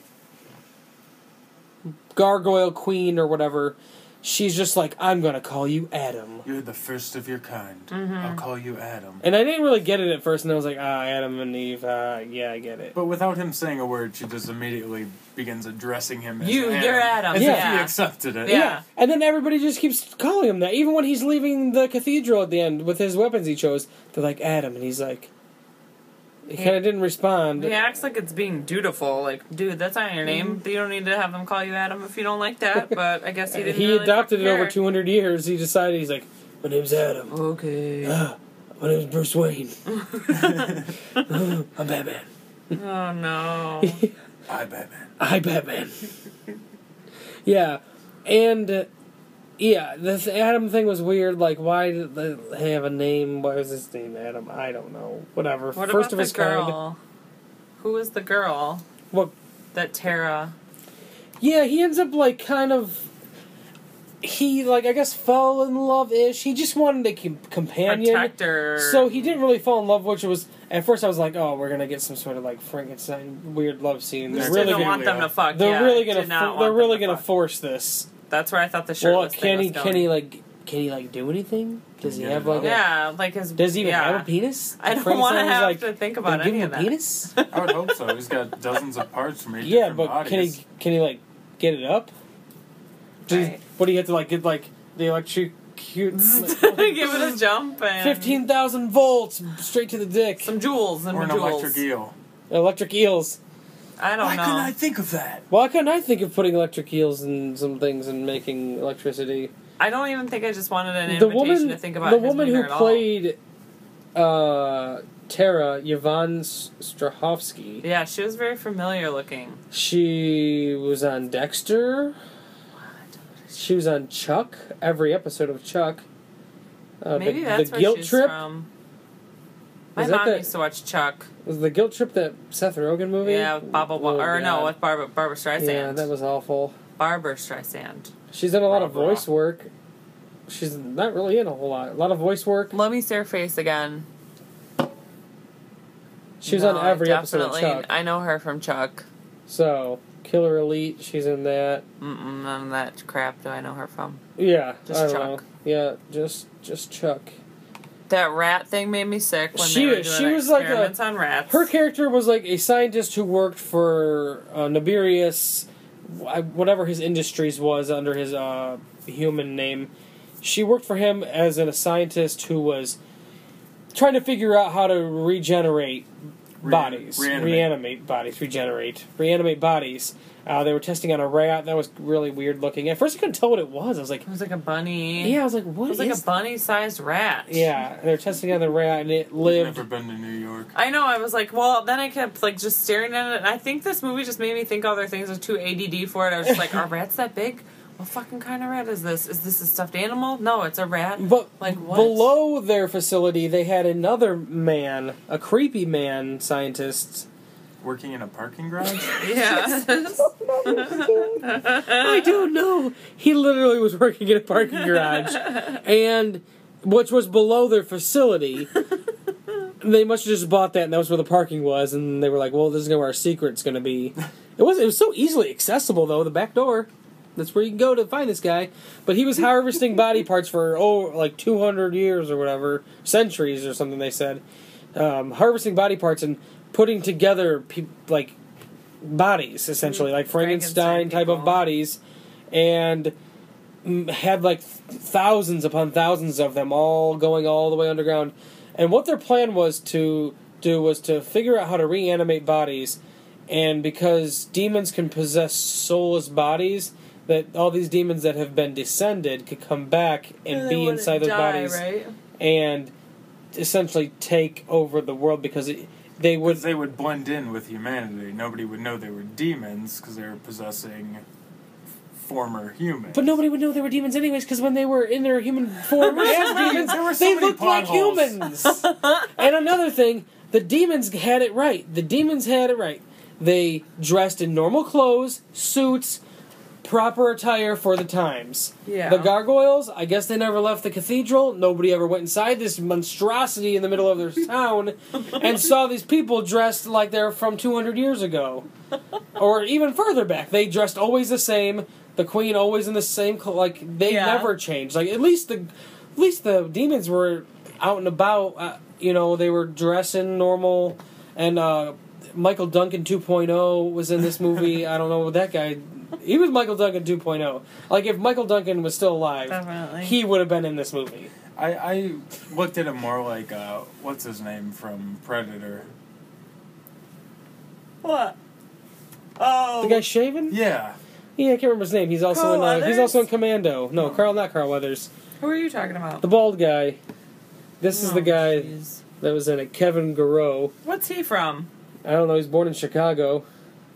[SPEAKER 2] gargoyle queen or whatever she's just like i'm gonna call you adam
[SPEAKER 4] You're the first of your kind.
[SPEAKER 3] Mm-hmm.
[SPEAKER 4] I'll call you Adam.
[SPEAKER 2] and i didn't really get it at first and i was like ah adam and eve uh, yeah i get it
[SPEAKER 4] But without him saying a word, she just immediately begins addressing him as
[SPEAKER 3] You-
[SPEAKER 4] Adam.
[SPEAKER 3] you're Adam,
[SPEAKER 4] As if he
[SPEAKER 3] yeah.
[SPEAKER 4] accepted it.
[SPEAKER 3] Yeah.
[SPEAKER 2] and then everybody just keeps calling him that even when he's leaving the cathedral at the end with his weapons he chose they're like adam and he's like he kind of didn't respond
[SPEAKER 3] He acts like it's being dutiful. Like, dude, that's not your name.
[SPEAKER 2] Mm-hmm.
[SPEAKER 3] You don't need to have them call you Adam if you don't
[SPEAKER 2] <laughs>
[SPEAKER 3] like that. But I guess he didn't.
[SPEAKER 2] he
[SPEAKER 3] really
[SPEAKER 2] adopted it over
[SPEAKER 3] care.
[SPEAKER 2] 200 years he decided he's like my name's adam
[SPEAKER 3] <laughs> Okay.
[SPEAKER 2] Uh. my name's bruce
[SPEAKER 3] <laughs>
[SPEAKER 2] wayne <laughs> i'm batman <laughs>
[SPEAKER 3] oh no.
[SPEAKER 4] I Batman.
[SPEAKER 2] Hi, Batman. yeah, and uh, yeah, this Adam thing was weird. Like, why did they have a name? Why was his name Adam? I don't know. Whatever.
[SPEAKER 3] What
[SPEAKER 2] First
[SPEAKER 3] about
[SPEAKER 2] of
[SPEAKER 3] the
[SPEAKER 2] his kind.
[SPEAKER 3] girl? Who was the girl
[SPEAKER 2] What?
[SPEAKER 3] that Tara?
[SPEAKER 2] Yeah, he ends up like kind of. He like I guess fell in love ish. He just wanted a com- companion.
[SPEAKER 3] Protector.
[SPEAKER 2] So he didn't really fall in love, which was at first I was like, oh, we're gonna get some sort of like Frankenstein weird love scene. They're
[SPEAKER 4] Just
[SPEAKER 2] really
[SPEAKER 3] didn't
[SPEAKER 2] gonna,
[SPEAKER 3] want them to fuck.
[SPEAKER 2] they're
[SPEAKER 3] yeah,
[SPEAKER 2] really
[SPEAKER 3] did
[SPEAKER 2] gonna,
[SPEAKER 3] not
[SPEAKER 2] fo-
[SPEAKER 3] want
[SPEAKER 2] they're
[SPEAKER 3] them
[SPEAKER 2] really
[SPEAKER 3] to
[SPEAKER 2] gonna
[SPEAKER 3] fuck.
[SPEAKER 2] force this.
[SPEAKER 3] That's where I thought the shirtless
[SPEAKER 2] Well, can he
[SPEAKER 3] thing was
[SPEAKER 2] can
[SPEAKER 3] going.
[SPEAKER 2] he like can he like do anything? Does he
[SPEAKER 4] Yeah.
[SPEAKER 2] have like a
[SPEAKER 3] Yeah, like his.
[SPEAKER 2] does he even
[SPEAKER 3] yeah.
[SPEAKER 2] have a penis?
[SPEAKER 3] <laughs> I don't
[SPEAKER 2] Frankenstein
[SPEAKER 3] want to
[SPEAKER 2] was
[SPEAKER 3] have
[SPEAKER 2] like,
[SPEAKER 3] to think
[SPEAKER 2] "They
[SPEAKER 3] about
[SPEAKER 2] give
[SPEAKER 3] any
[SPEAKER 2] him
[SPEAKER 3] of
[SPEAKER 2] a
[SPEAKER 3] that. <laughs>
[SPEAKER 2] penis.
[SPEAKER 4] I would hope so. He's got dozens of parts from eight
[SPEAKER 2] yeah,
[SPEAKER 4] different
[SPEAKER 2] but can
[SPEAKER 4] bodies.
[SPEAKER 2] he can he like get it up? Do you-
[SPEAKER 3] Right.
[SPEAKER 2] What do you have to like get like the electric
[SPEAKER 3] <laughs>
[SPEAKER 2] cute <laughs>
[SPEAKER 3] Give it a jump and
[SPEAKER 2] fifteen thousand volts straight to the dick?
[SPEAKER 3] some jewels and
[SPEAKER 4] Or an
[SPEAKER 3] jewels. Oh,
[SPEAKER 4] electric eel.
[SPEAKER 2] electric eels.
[SPEAKER 3] I don't
[SPEAKER 4] Why
[SPEAKER 3] know.
[SPEAKER 4] couldn't I think of that?
[SPEAKER 2] Why couldn't I think of putting electric eels in some things and making electricity?
[SPEAKER 3] I don't even think I just wanted an
[SPEAKER 2] the
[SPEAKER 3] invitation
[SPEAKER 2] woman,
[SPEAKER 3] to think about
[SPEAKER 2] the
[SPEAKER 3] his
[SPEAKER 2] woman
[SPEAKER 3] winner
[SPEAKER 2] who
[SPEAKER 3] at all.
[SPEAKER 2] played uh, Tara Yvonne S- Strahovski.
[SPEAKER 3] Yeah, she was very familiar looking.
[SPEAKER 2] Uh, She was on Dexter. She was on Chuck. Every episode of Chuck. Uh,
[SPEAKER 3] Maybe
[SPEAKER 2] the,
[SPEAKER 3] that's
[SPEAKER 2] the
[SPEAKER 3] where
[SPEAKER 2] guilt
[SPEAKER 3] she's
[SPEAKER 2] trip
[SPEAKER 3] from. My
[SPEAKER 2] Is that
[SPEAKER 3] mom
[SPEAKER 2] the-
[SPEAKER 3] used to watch Chuck.
[SPEAKER 2] was the guilt trip that Seth Rogen movie.
[SPEAKER 3] Yeah, with Bob,
[SPEAKER 2] Oh,
[SPEAKER 3] or
[SPEAKER 2] God.
[SPEAKER 3] no, with Barbara Barbara Streisand.
[SPEAKER 2] yeah, that was awful.
[SPEAKER 3] Barbara Streisand.
[SPEAKER 2] She's done a lot of
[SPEAKER 4] Rob Rock.
[SPEAKER 2] voice work. She's not really in a whole lot. A lot of voice work.
[SPEAKER 3] Let me see her face again.
[SPEAKER 2] She was
[SPEAKER 3] No,
[SPEAKER 2] on every episode of
[SPEAKER 3] definitely-
[SPEAKER 2] Chuck.
[SPEAKER 3] I know her from Chuck.
[SPEAKER 2] So Killer Elite, she's in that.
[SPEAKER 3] Mm-mm, none of that crap do I know her from.
[SPEAKER 2] Yeah,
[SPEAKER 3] Just
[SPEAKER 2] I don't
[SPEAKER 3] Chuck.
[SPEAKER 2] know. Yeah, just just Chuck.
[SPEAKER 3] That rat thing made me sick when
[SPEAKER 2] She-
[SPEAKER 3] they were doing
[SPEAKER 2] she was like a-
[SPEAKER 3] experiments on rats.
[SPEAKER 2] Her character was like a scientist who worked for uh, Nibirius, wh- whatever his industries was under his uh, human name. She worked for him as a scientist who was trying to figure out how to regenerate
[SPEAKER 4] Re-
[SPEAKER 2] bodies,
[SPEAKER 4] reanimate.
[SPEAKER 2] reanimate bodies, regenerate, reanimate bodies. Uh, they were testing on a rat that was really weird looking. At first, I couldn't tell what it was. I was like,
[SPEAKER 3] it was like a bunny.
[SPEAKER 2] "Yeah," I was like, "What
[SPEAKER 3] It was
[SPEAKER 2] is?"
[SPEAKER 3] like a
[SPEAKER 2] that?"
[SPEAKER 3] bunny-sized rat.
[SPEAKER 2] yeah, they were testing on the rat, and it lived.
[SPEAKER 4] Never been to New York.
[SPEAKER 3] I know. I was like, well, then I kept like just staring at it. And I think this movie just made me think other things are too ADD for it. I was just like, are rats that big? What fucking kind of rat is this? Is this a stuffed animal? No, it's a rat.
[SPEAKER 2] But
[SPEAKER 3] Like what?
[SPEAKER 2] below
[SPEAKER 3] <laughs>
[SPEAKER 2] their facility, they had another man, a creepy man scientist
[SPEAKER 4] working in a parking garage?
[SPEAKER 2] <laughs>
[SPEAKER 3] <laughs> Yeah.
[SPEAKER 2] I don't know. He literally was working in a parking
[SPEAKER 3] <laughs>
[SPEAKER 2] garage, and which was below their facility. they must have just bought that, and that was where the parking was. And they were like, "Well, this is gonna where our secret's gonna be." It was. It was so easily accessible though. The back door. That's where you can go to find this guy. But he was harvesting body parts for oh, like two hundred years or whatever, centuries or something. They said um, harvesting body parts and putting together pe- like bodies essentially like frankenstein,
[SPEAKER 3] Frankenstein
[SPEAKER 2] type of
[SPEAKER 3] people.
[SPEAKER 2] bodies and mm, had like th- thousands upon thousands of them all going all the way underground and what their plan was to do was to figure out how to reanimate bodies and because demons can possess soulless bodies that all these demons that have been descended could come back and
[SPEAKER 3] They
[SPEAKER 2] be
[SPEAKER 3] wouldn't
[SPEAKER 2] inside those
[SPEAKER 3] die,
[SPEAKER 2] bodies
[SPEAKER 3] Right?
[SPEAKER 2] and essentially take over the world because it, they would
[SPEAKER 4] Because they would blend in with humanity. Nobody would know they were demons because they were possessing former humans.
[SPEAKER 2] But nobody would know they were demons anyways, because when they were in their human form as demons,
[SPEAKER 4] <laughs> There were so
[SPEAKER 2] they
[SPEAKER 4] many
[SPEAKER 2] looked like
[SPEAKER 4] plot holes.
[SPEAKER 2] humans.
[SPEAKER 4] <laughs>
[SPEAKER 2] and another thing, the demons had it right. The demons had it right. They dressed in normal clothes, suits, proper attire for the times.
[SPEAKER 3] Yeah.
[SPEAKER 2] The gargoyles, I guess they never left the cathedral. Nobody ever went inside this monstrosity in the middle of their
[SPEAKER 4] <laughs>
[SPEAKER 2] town and saw these people dressed like they're from 200 years ago. Or even further back. They dressed always the same. The queen always in the same cl- like they
[SPEAKER 3] Yeah.
[SPEAKER 2] never changed. Like at least the at least the demons were out and about, uh, you know, they were dressing normal and uh Michael Duncan 2.0 was in this
[SPEAKER 3] <laughs>
[SPEAKER 2] movie. I don't know what that guy. He was Michael Duncan 2.0. Like if Michael Duncan was still alive,
[SPEAKER 3] Definitely.
[SPEAKER 2] he would have been in this movie.
[SPEAKER 4] I, I looked at him more like, uh, what's his name from Predator?
[SPEAKER 3] What? Oh.
[SPEAKER 2] The guy shaven? Yeah,
[SPEAKER 4] Yeah.
[SPEAKER 2] I can't remember his name. He's also
[SPEAKER 3] Carl
[SPEAKER 2] in. Uh, he's
[SPEAKER 3] Weathers? Oh.
[SPEAKER 2] also in Commando. No, Carl, not Carl Weathers.
[SPEAKER 3] Who are you talking about?
[SPEAKER 2] The bald guy. This is the
[SPEAKER 3] Oh,
[SPEAKER 2] guy
[SPEAKER 3] jeez.
[SPEAKER 2] that was in it. Kevin Garreau.
[SPEAKER 3] What's he from?
[SPEAKER 2] I don't know. He's born in Chicago.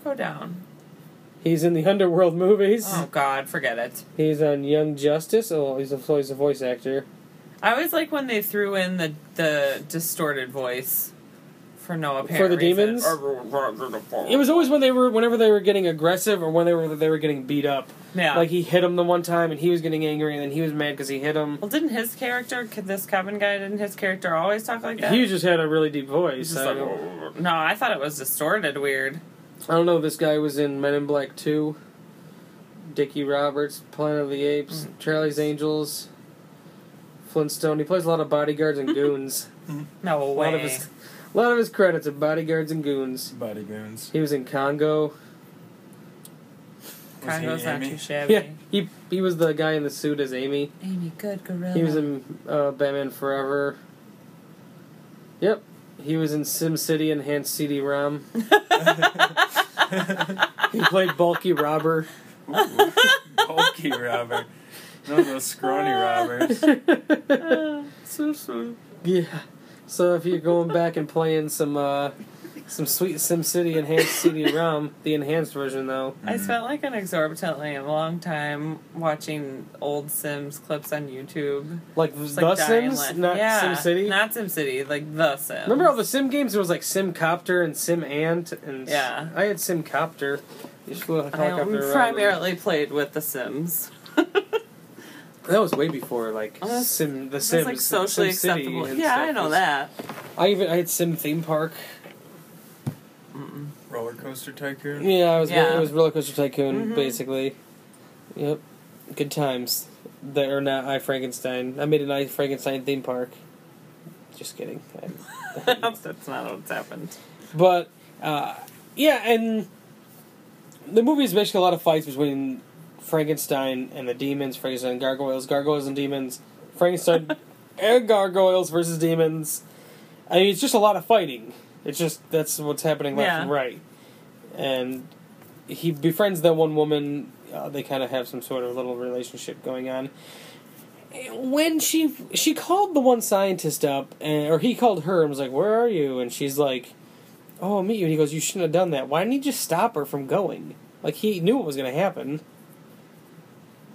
[SPEAKER 3] Go down.
[SPEAKER 2] He's in the <laughs> Underworld movies.
[SPEAKER 3] Oh God, forget it.
[SPEAKER 2] He's on Young Justice. Oh, he's a, he's a voice actor.
[SPEAKER 3] I always like when they threw in the the distorted voice for no apparent
[SPEAKER 2] For the
[SPEAKER 3] reason.
[SPEAKER 2] demons? It was always when they were, whenever they were getting aggressive or when they were they were getting beat up.
[SPEAKER 3] yeah.
[SPEAKER 2] Like he hit him the one time, and he was getting angry, and then he was mad because he hit him.
[SPEAKER 3] well, didn't his character, could this Kevin guy, didn't his character always talk like that?
[SPEAKER 2] He just had a really deep voice.
[SPEAKER 3] He's just
[SPEAKER 2] I,
[SPEAKER 3] like, oh.
[SPEAKER 2] don't,
[SPEAKER 3] no, I thought it was distorted. Weird.
[SPEAKER 2] I don't know. if This guy was in Men in Black Two, Dickie Roberts, Planet of the Apes,
[SPEAKER 3] Mm.
[SPEAKER 2] Charlie's Angels, Flintstone. He plays a lot of bodyguards
[SPEAKER 3] <laughs>
[SPEAKER 2] and goons.
[SPEAKER 3] No
[SPEAKER 2] a lot
[SPEAKER 3] way.
[SPEAKER 2] of his, a lot of his credits are bodyguards and goons.
[SPEAKER 4] Body goons.
[SPEAKER 2] He was in Congo.
[SPEAKER 4] Was he
[SPEAKER 3] Congo's not
[SPEAKER 4] Amy?
[SPEAKER 3] too shabby.
[SPEAKER 2] Yeah, he he was the guy in the suit as Amy.
[SPEAKER 3] Amy, good gorilla.
[SPEAKER 2] He was in uh, Batman Forever. Yep, he was in Sim City and Hans
[SPEAKER 3] <laughs>
[SPEAKER 2] CD-ROM. He played bulky robber. <laughs>
[SPEAKER 4] Ooh, <laughs> bulky robber. No,
[SPEAKER 3] <laughs>
[SPEAKER 4] those scrawny robbers.
[SPEAKER 3] so sweet.
[SPEAKER 2] Yeah. So if you're going back and playing some uh, some sweet SimCity enhanced CD-ROM, the enhanced version though,
[SPEAKER 3] I spent like an exorbitantly long time watching old Sims clips on YouTube.
[SPEAKER 2] like
[SPEAKER 3] It's
[SPEAKER 2] the
[SPEAKER 3] like dying
[SPEAKER 2] Sims,
[SPEAKER 3] light.
[SPEAKER 2] not
[SPEAKER 3] yeah,
[SPEAKER 2] SimCity.
[SPEAKER 3] Not SimCity, like the Sims.
[SPEAKER 2] Remember all the Sim games? It was like SimCopter and SimAnt and s-
[SPEAKER 3] Yeah.
[SPEAKER 2] I had SimCopter. You just flew a
[SPEAKER 3] I
[SPEAKER 2] helicopter
[SPEAKER 3] um,
[SPEAKER 2] around.
[SPEAKER 3] primarily played with the Sims.
[SPEAKER 2] That was way before like
[SPEAKER 3] Oh, that's-
[SPEAKER 2] Sim the Sims.
[SPEAKER 3] It's like socially
[SPEAKER 2] SimCity
[SPEAKER 3] acceptable.
[SPEAKER 2] and
[SPEAKER 3] Yeah,
[SPEAKER 2] stuff
[SPEAKER 3] I know
[SPEAKER 2] was-
[SPEAKER 3] that.
[SPEAKER 2] I even I had Sim Theme Park.
[SPEAKER 4] Roller coaster tycoon.
[SPEAKER 2] Yeah, I was
[SPEAKER 3] Yeah.
[SPEAKER 2] it was Roller Coaster Tycoon
[SPEAKER 3] Mhm.
[SPEAKER 2] basically. Yep, good times. That are not I Frankenstein. I made an I Frankenstein theme park. Just kidding. I-
[SPEAKER 3] <laughs> That's not what's happened.
[SPEAKER 2] But uh, yeah, and the movie is basically a lot of fights between Frankenstein and the demons, Frankenstein and gargoyles, gargoyles and demons, Frankenstein and gargoyles versus demons. I mean, it's just a lot of fighting. It's just that's what's happening left
[SPEAKER 3] Yeah.
[SPEAKER 2] and right. And he befriends that one woman. Uh, they kind of have some sort of little relationship going on. When she she called the one scientist up, and, or he called her and was like, "Where are you?" And she's like, "Oh, I'll meet you." And he goes, "You shouldn't have done that. Why didn't you just stop her from going?" Like he knew what was going to happen.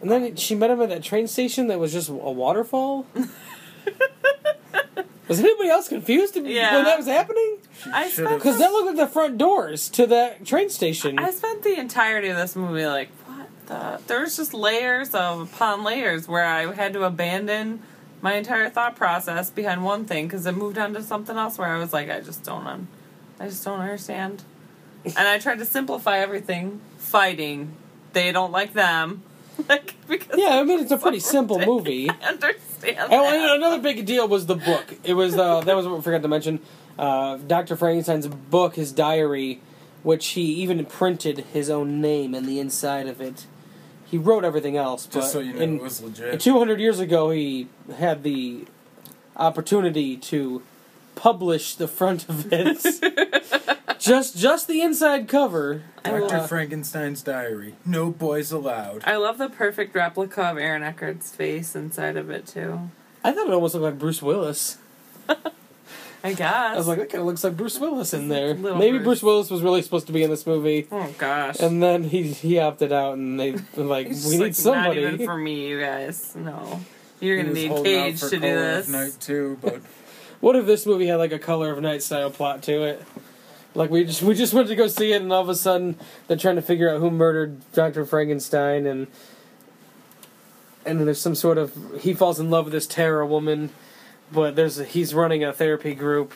[SPEAKER 2] And then she met him at that train station that was just a
[SPEAKER 3] <laughs>
[SPEAKER 2] waterfall. was anybody else confused
[SPEAKER 3] Yeah.
[SPEAKER 2] when that was happening?
[SPEAKER 3] I spent,
[SPEAKER 2] Because that looked like the front doors to that train station.
[SPEAKER 3] I spent the entirety of this movie like, what the? There was just layers of upon layers where I had to abandon my entire thought process behind one thing because it moved on to something else where I was like, I just don't, un- I just don't understand. And I tried to simplify everything. Fighting, they don't like them, <laughs> like because
[SPEAKER 2] yeah, I mean
[SPEAKER 3] <laughs>
[SPEAKER 2] it's a pretty simple movie.
[SPEAKER 3] I understand.
[SPEAKER 2] Oh,
[SPEAKER 3] that.
[SPEAKER 2] and another big deal was the book. It was uh, that was what we forgot to mention. Uh, Dr. Frankenstein's book, his diary, which he even printed his own name in the inside of it. He wrote everything else, but
[SPEAKER 4] Just so you know,
[SPEAKER 2] in-
[SPEAKER 4] it was legit.
[SPEAKER 2] Two hundred years ago, he had the opportunity to publish the front of it,
[SPEAKER 4] <laughs>
[SPEAKER 2] just just the inside cover.
[SPEAKER 3] I
[SPEAKER 4] Dr.
[SPEAKER 3] love-
[SPEAKER 4] Frankenstein's diary. No boys allowed.
[SPEAKER 3] I love the perfect replica of Aaron Eckhart's face inside of it too.
[SPEAKER 2] I thought it almost looked like Bruce Willis.
[SPEAKER 3] I guess.
[SPEAKER 2] I was like, that kind of looks like Bruce Willis in there.
[SPEAKER 3] Little
[SPEAKER 2] Maybe
[SPEAKER 3] Bruce.
[SPEAKER 2] Bruce Willis was really supposed to be in this movie,
[SPEAKER 3] oh gosh.
[SPEAKER 2] and then he he opted out, and they were like,
[SPEAKER 3] It's
[SPEAKER 2] we
[SPEAKER 3] just,
[SPEAKER 2] need
[SPEAKER 3] like,
[SPEAKER 2] somebody.
[SPEAKER 3] Not even for me, you guys. No, you're
[SPEAKER 4] He
[SPEAKER 3] gonna
[SPEAKER 4] was
[SPEAKER 3] need
[SPEAKER 4] holding out
[SPEAKER 3] Cage
[SPEAKER 4] for
[SPEAKER 3] to do
[SPEAKER 4] Color of
[SPEAKER 3] this.
[SPEAKER 4] Night too,
[SPEAKER 3] <laughs>
[SPEAKER 4] but
[SPEAKER 2] What if this movie had like a Color of Night style plot to it? Like we just we just went to go see it, and all of a sudden they're trying to figure out who murdered Doctor Frankenstein, and and then there's some sort of he falls in love with this Tara woman, but there's a, he's running a therapy group.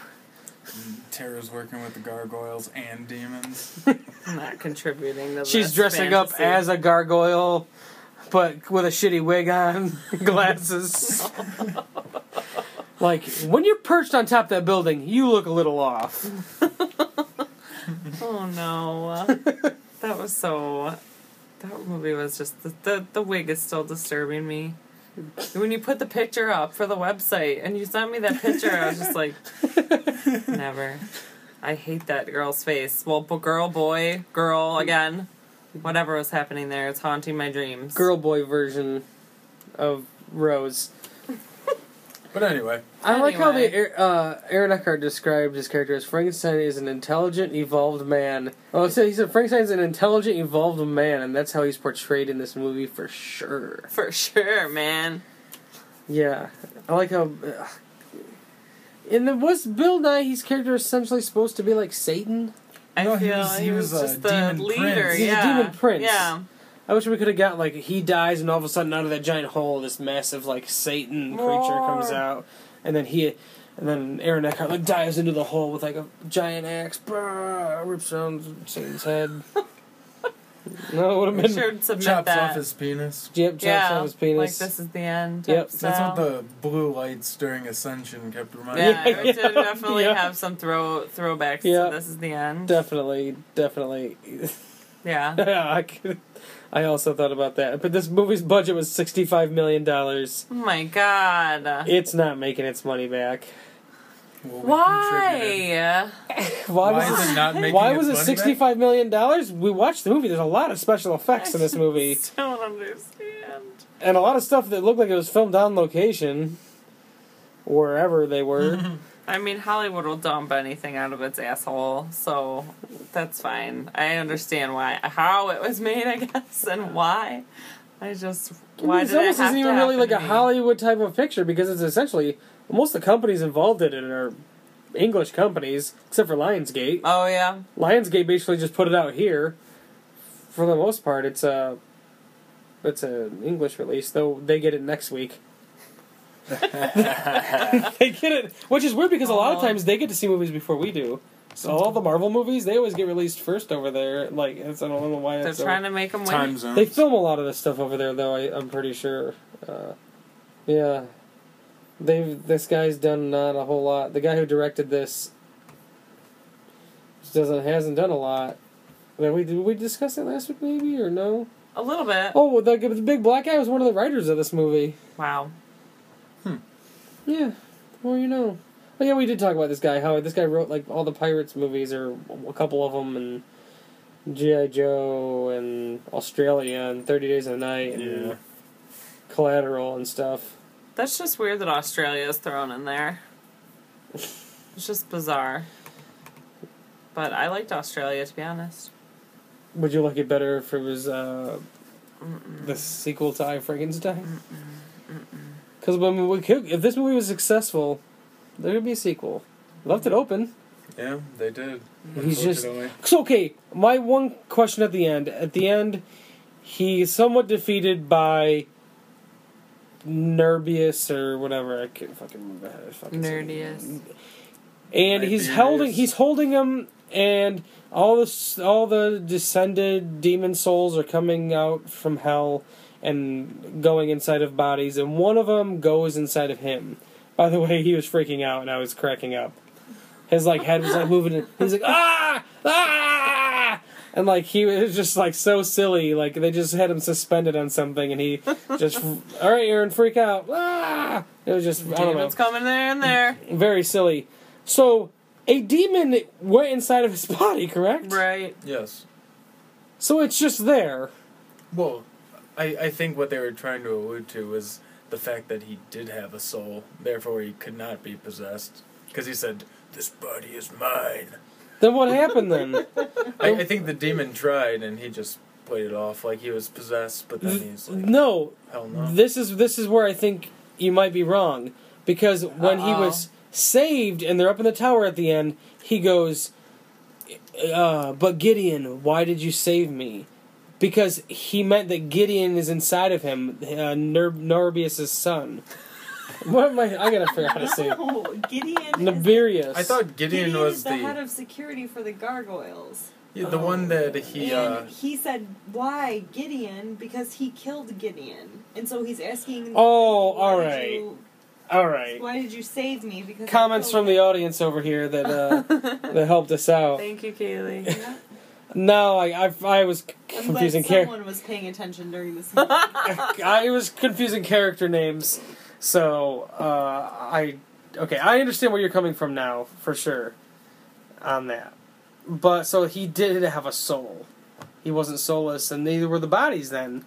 [SPEAKER 4] Tara's working with the gargoyles and demons.
[SPEAKER 3] I'm not contributing. To
[SPEAKER 2] She's
[SPEAKER 3] this
[SPEAKER 2] dressing up
[SPEAKER 3] fantasy.
[SPEAKER 2] as a gargoyle, but with a shitty wig on, <laughs> glasses. like when you're perched on top of that building, you look a little off.
[SPEAKER 3] Oh
[SPEAKER 4] <laughs>
[SPEAKER 3] no, that was so. That movie was just the, the the wig is still disturbing me. When you put the picture up for the website and you sent me that picture, I was just
[SPEAKER 4] <laughs>
[SPEAKER 3] like, never. I hate that girl's face. Well, b- girl, boy, girl again. Whatever was happening there, it's haunting my dreams.
[SPEAKER 2] girl boy version of Rose.
[SPEAKER 4] But anyway,
[SPEAKER 2] I like how
[SPEAKER 3] Anyway.
[SPEAKER 2] the uh, Aaron Eckhart described his character as Frankenstein is an intelligent, evolved man. Oh, it said- he said Frankenstein's an intelligent, evolved man, and that's how he's portrayed in this movie for sure.
[SPEAKER 3] for sure, man.
[SPEAKER 2] Yeah, I like how. Uh, and then was Bill Nighy's character essentially supposed to be like Satan?
[SPEAKER 3] I
[SPEAKER 4] No, he
[SPEAKER 3] feel
[SPEAKER 4] was-
[SPEAKER 3] he,
[SPEAKER 4] he
[SPEAKER 3] was,
[SPEAKER 4] was a
[SPEAKER 3] just the
[SPEAKER 4] demon
[SPEAKER 3] leader.
[SPEAKER 4] prince.
[SPEAKER 2] He's a
[SPEAKER 3] yeah.
[SPEAKER 2] demon prince.
[SPEAKER 3] Yeah.
[SPEAKER 2] I wish we could have got like he dies and all of a sudden out of that giant hole this massive like Satan creature comes
[SPEAKER 3] Roar.
[SPEAKER 2] out and then he and then Aaron Eckhart like dives into the hole with like a giant axe, brah, rips around Satan's head. <laughs> no, it would have
[SPEAKER 3] We
[SPEAKER 2] been
[SPEAKER 3] should submit
[SPEAKER 4] chops
[SPEAKER 3] that.
[SPEAKER 4] off his penis.
[SPEAKER 2] yep, chops
[SPEAKER 3] yeah.
[SPEAKER 2] off his penis.
[SPEAKER 3] Like this is the end.
[SPEAKER 2] Yep.
[SPEAKER 3] type
[SPEAKER 4] That's
[SPEAKER 3] style.
[SPEAKER 4] what the blue lights during Ascension kept reminding
[SPEAKER 3] <laughs> Yeah,
[SPEAKER 4] me.
[SPEAKER 2] Yeah,
[SPEAKER 3] it did
[SPEAKER 2] yeah,
[SPEAKER 3] definitely
[SPEAKER 2] yeah.
[SPEAKER 3] have some throw throwbacks.
[SPEAKER 2] Yeah.
[SPEAKER 3] To this is the end.
[SPEAKER 2] definitely, definitely.
[SPEAKER 3] yeah.
[SPEAKER 2] <laughs> I, could- I also thought about that, but this movie's budget was sixty-five million dollars.
[SPEAKER 3] Oh my god.
[SPEAKER 2] It's not making its money back.
[SPEAKER 4] Well, we contributed.
[SPEAKER 2] Why,
[SPEAKER 3] Why?
[SPEAKER 4] Why
[SPEAKER 2] was
[SPEAKER 4] is it not making
[SPEAKER 2] Why
[SPEAKER 4] its
[SPEAKER 2] was it
[SPEAKER 4] money back?
[SPEAKER 2] sixty-five million dollars? We watched the movie. There's a lot of special effects in this
[SPEAKER 3] I
[SPEAKER 2] movie,
[SPEAKER 3] just don't understand.
[SPEAKER 2] and a lot of stuff that looked like it was filmed on location, wherever they
[SPEAKER 3] <laughs>
[SPEAKER 2] were.
[SPEAKER 3] I mean, Hollywood will dump anything out of its asshole, so that's fine. I understand why, how it was made, I guess, and why. I just why
[SPEAKER 2] this
[SPEAKER 3] did it
[SPEAKER 2] almost
[SPEAKER 3] have
[SPEAKER 2] isn't
[SPEAKER 3] to
[SPEAKER 2] even really
[SPEAKER 3] happen
[SPEAKER 2] like
[SPEAKER 3] to
[SPEAKER 2] a
[SPEAKER 3] me?
[SPEAKER 2] Hollywood type of picture because it's essentially most of the companies involved in it are English companies, except for Lionsgate.
[SPEAKER 3] Oh yeah,
[SPEAKER 2] Lionsgate basically just put it out here. For the most part, it's a it's an English release, though they get it next
[SPEAKER 3] <laughs>
[SPEAKER 2] week. they get it, which is weird because a lot of
[SPEAKER 3] Aw.
[SPEAKER 2] times they get to see movies before we do. So all the Marvel movies, they always get released first over there. Like it's, I don't know why
[SPEAKER 3] they're
[SPEAKER 2] it's so-
[SPEAKER 3] trying to make them wait.
[SPEAKER 4] Time zone.
[SPEAKER 2] They film a lot of this stuff over there, though. I, I'm pretty sure. Uh, yeah, they've this guy's done not a whole lot. The guy who directed this doesn't hasn't done a lot. Did we did we discuss it last week, maybe or no?
[SPEAKER 3] a little bit.
[SPEAKER 2] Oh, well, the, the big black guy was one of the writers of this movie.
[SPEAKER 3] Wow.
[SPEAKER 2] Yeah, the more you know. Oh yeah, we did talk about this guy. How this guy wrote like all the pirates movies or a couple of them and. G.I. Joe and Australia and 30 Days of Night and
[SPEAKER 4] Yeah.
[SPEAKER 2] collateral and stuff.
[SPEAKER 3] That's just weird that Australia is thrown in there. It's just bizarre. But I liked Australia to be honest.
[SPEAKER 2] Would you like it better if it was uh, the sequel to I Frankenstein? Because when we could, if this movie was successful, there would be a sequel. Left it open.
[SPEAKER 4] Yeah, they did.
[SPEAKER 2] He's just
[SPEAKER 4] unfortunately.
[SPEAKER 2] It's okay. My one question at the end. At the end, he's somewhat defeated by Nerbius or whatever. I can't fucking remember how to fucking say it.
[SPEAKER 3] Nerdiest.
[SPEAKER 2] And he's
[SPEAKER 4] Nerbius.
[SPEAKER 2] holding. He's holding him, and all the s- all the descended demon souls are coming out from hell and going inside of bodies, and one of them goes inside of him. By the way, he was freaking out, and I was cracking up. His like head was like moving. And he's like ah ah, and like he was just like so silly. Like they just had him suspended on something, and he just all right, Aaron, freak out. Ah, it was just I don't know,
[SPEAKER 3] Demons coming there
[SPEAKER 2] <laughs>
[SPEAKER 3] and there.
[SPEAKER 2] very silly. So a demon went inside of his <laughs> body, correct?
[SPEAKER 3] Right.
[SPEAKER 4] Yes.
[SPEAKER 2] So it's just there.
[SPEAKER 4] Well, I, I think what they were trying to allude to was the fact that he did have a soul, therefore he could not be possessed. Because he said, This body is mine.
[SPEAKER 2] Then what happened then?
[SPEAKER 4] I, I think the demon tried and he just played it off like he was possessed, but then he's like,
[SPEAKER 2] no,
[SPEAKER 4] Hell no.
[SPEAKER 2] this is this is where I think you might be wrong because when he
[SPEAKER 3] Uh-oh.
[SPEAKER 2] was saved and they're up in the tower at the end, he goes, uh, "But Gideon, why did you save me?" Because he meant that Gideon is inside of him, uh, Ner- Nerbius' son. <laughs> what am I? I gotta figure out how to say it.
[SPEAKER 5] No, Gideon. is-
[SPEAKER 2] Nibirius.
[SPEAKER 4] I thought Gideon,
[SPEAKER 5] Gideon
[SPEAKER 4] was
[SPEAKER 5] is the, head
[SPEAKER 4] the
[SPEAKER 5] of security for the gargoyles,
[SPEAKER 4] yeah, the one that he. Uh,
[SPEAKER 5] and he said, "Why Gideon? Because he killed Gideon, and so he's asking."
[SPEAKER 2] Oh,
[SPEAKER 5] why
[SPEAKER 2] all
[SPEAKER 5] did
[SPEAKER 2] right.
[SPEAKER 5] you-
[SPEAKER 2] All right.
[SPEAKER 5] Why did you save me? Because I
[SPEAKER 2] Comments
[SPEAKER 5] killed
[SPEAKER 2] from the
[SPEAKER 5] him."
[SPEAKER 2] audience over here that
[SPEAKER 5] <laughs>
[SPEAKER 2] uh, that helped us out.
[SPEAKER 3] Thank you,
[SPEAKER 2] <laughs>
[SPEAKER 3] Kaylee.
[SPEAKER 5] Yeah.
[SPEAKER 2] No, I I, I was c-
[SPEAKER 5] I'm
[SPEAKER 2] confusing
[SPEAKER 5] glad
[SPEAKER 2] character.
[SPEAKER 5] someone was paying attention during this. meeting.
[SPEAKER 2] I it was confusing character names, so uh, I okay. I understand where you're coming from now for sure, on that. But so he did have a soul. He wasn't soulless, and neither were the bodies then.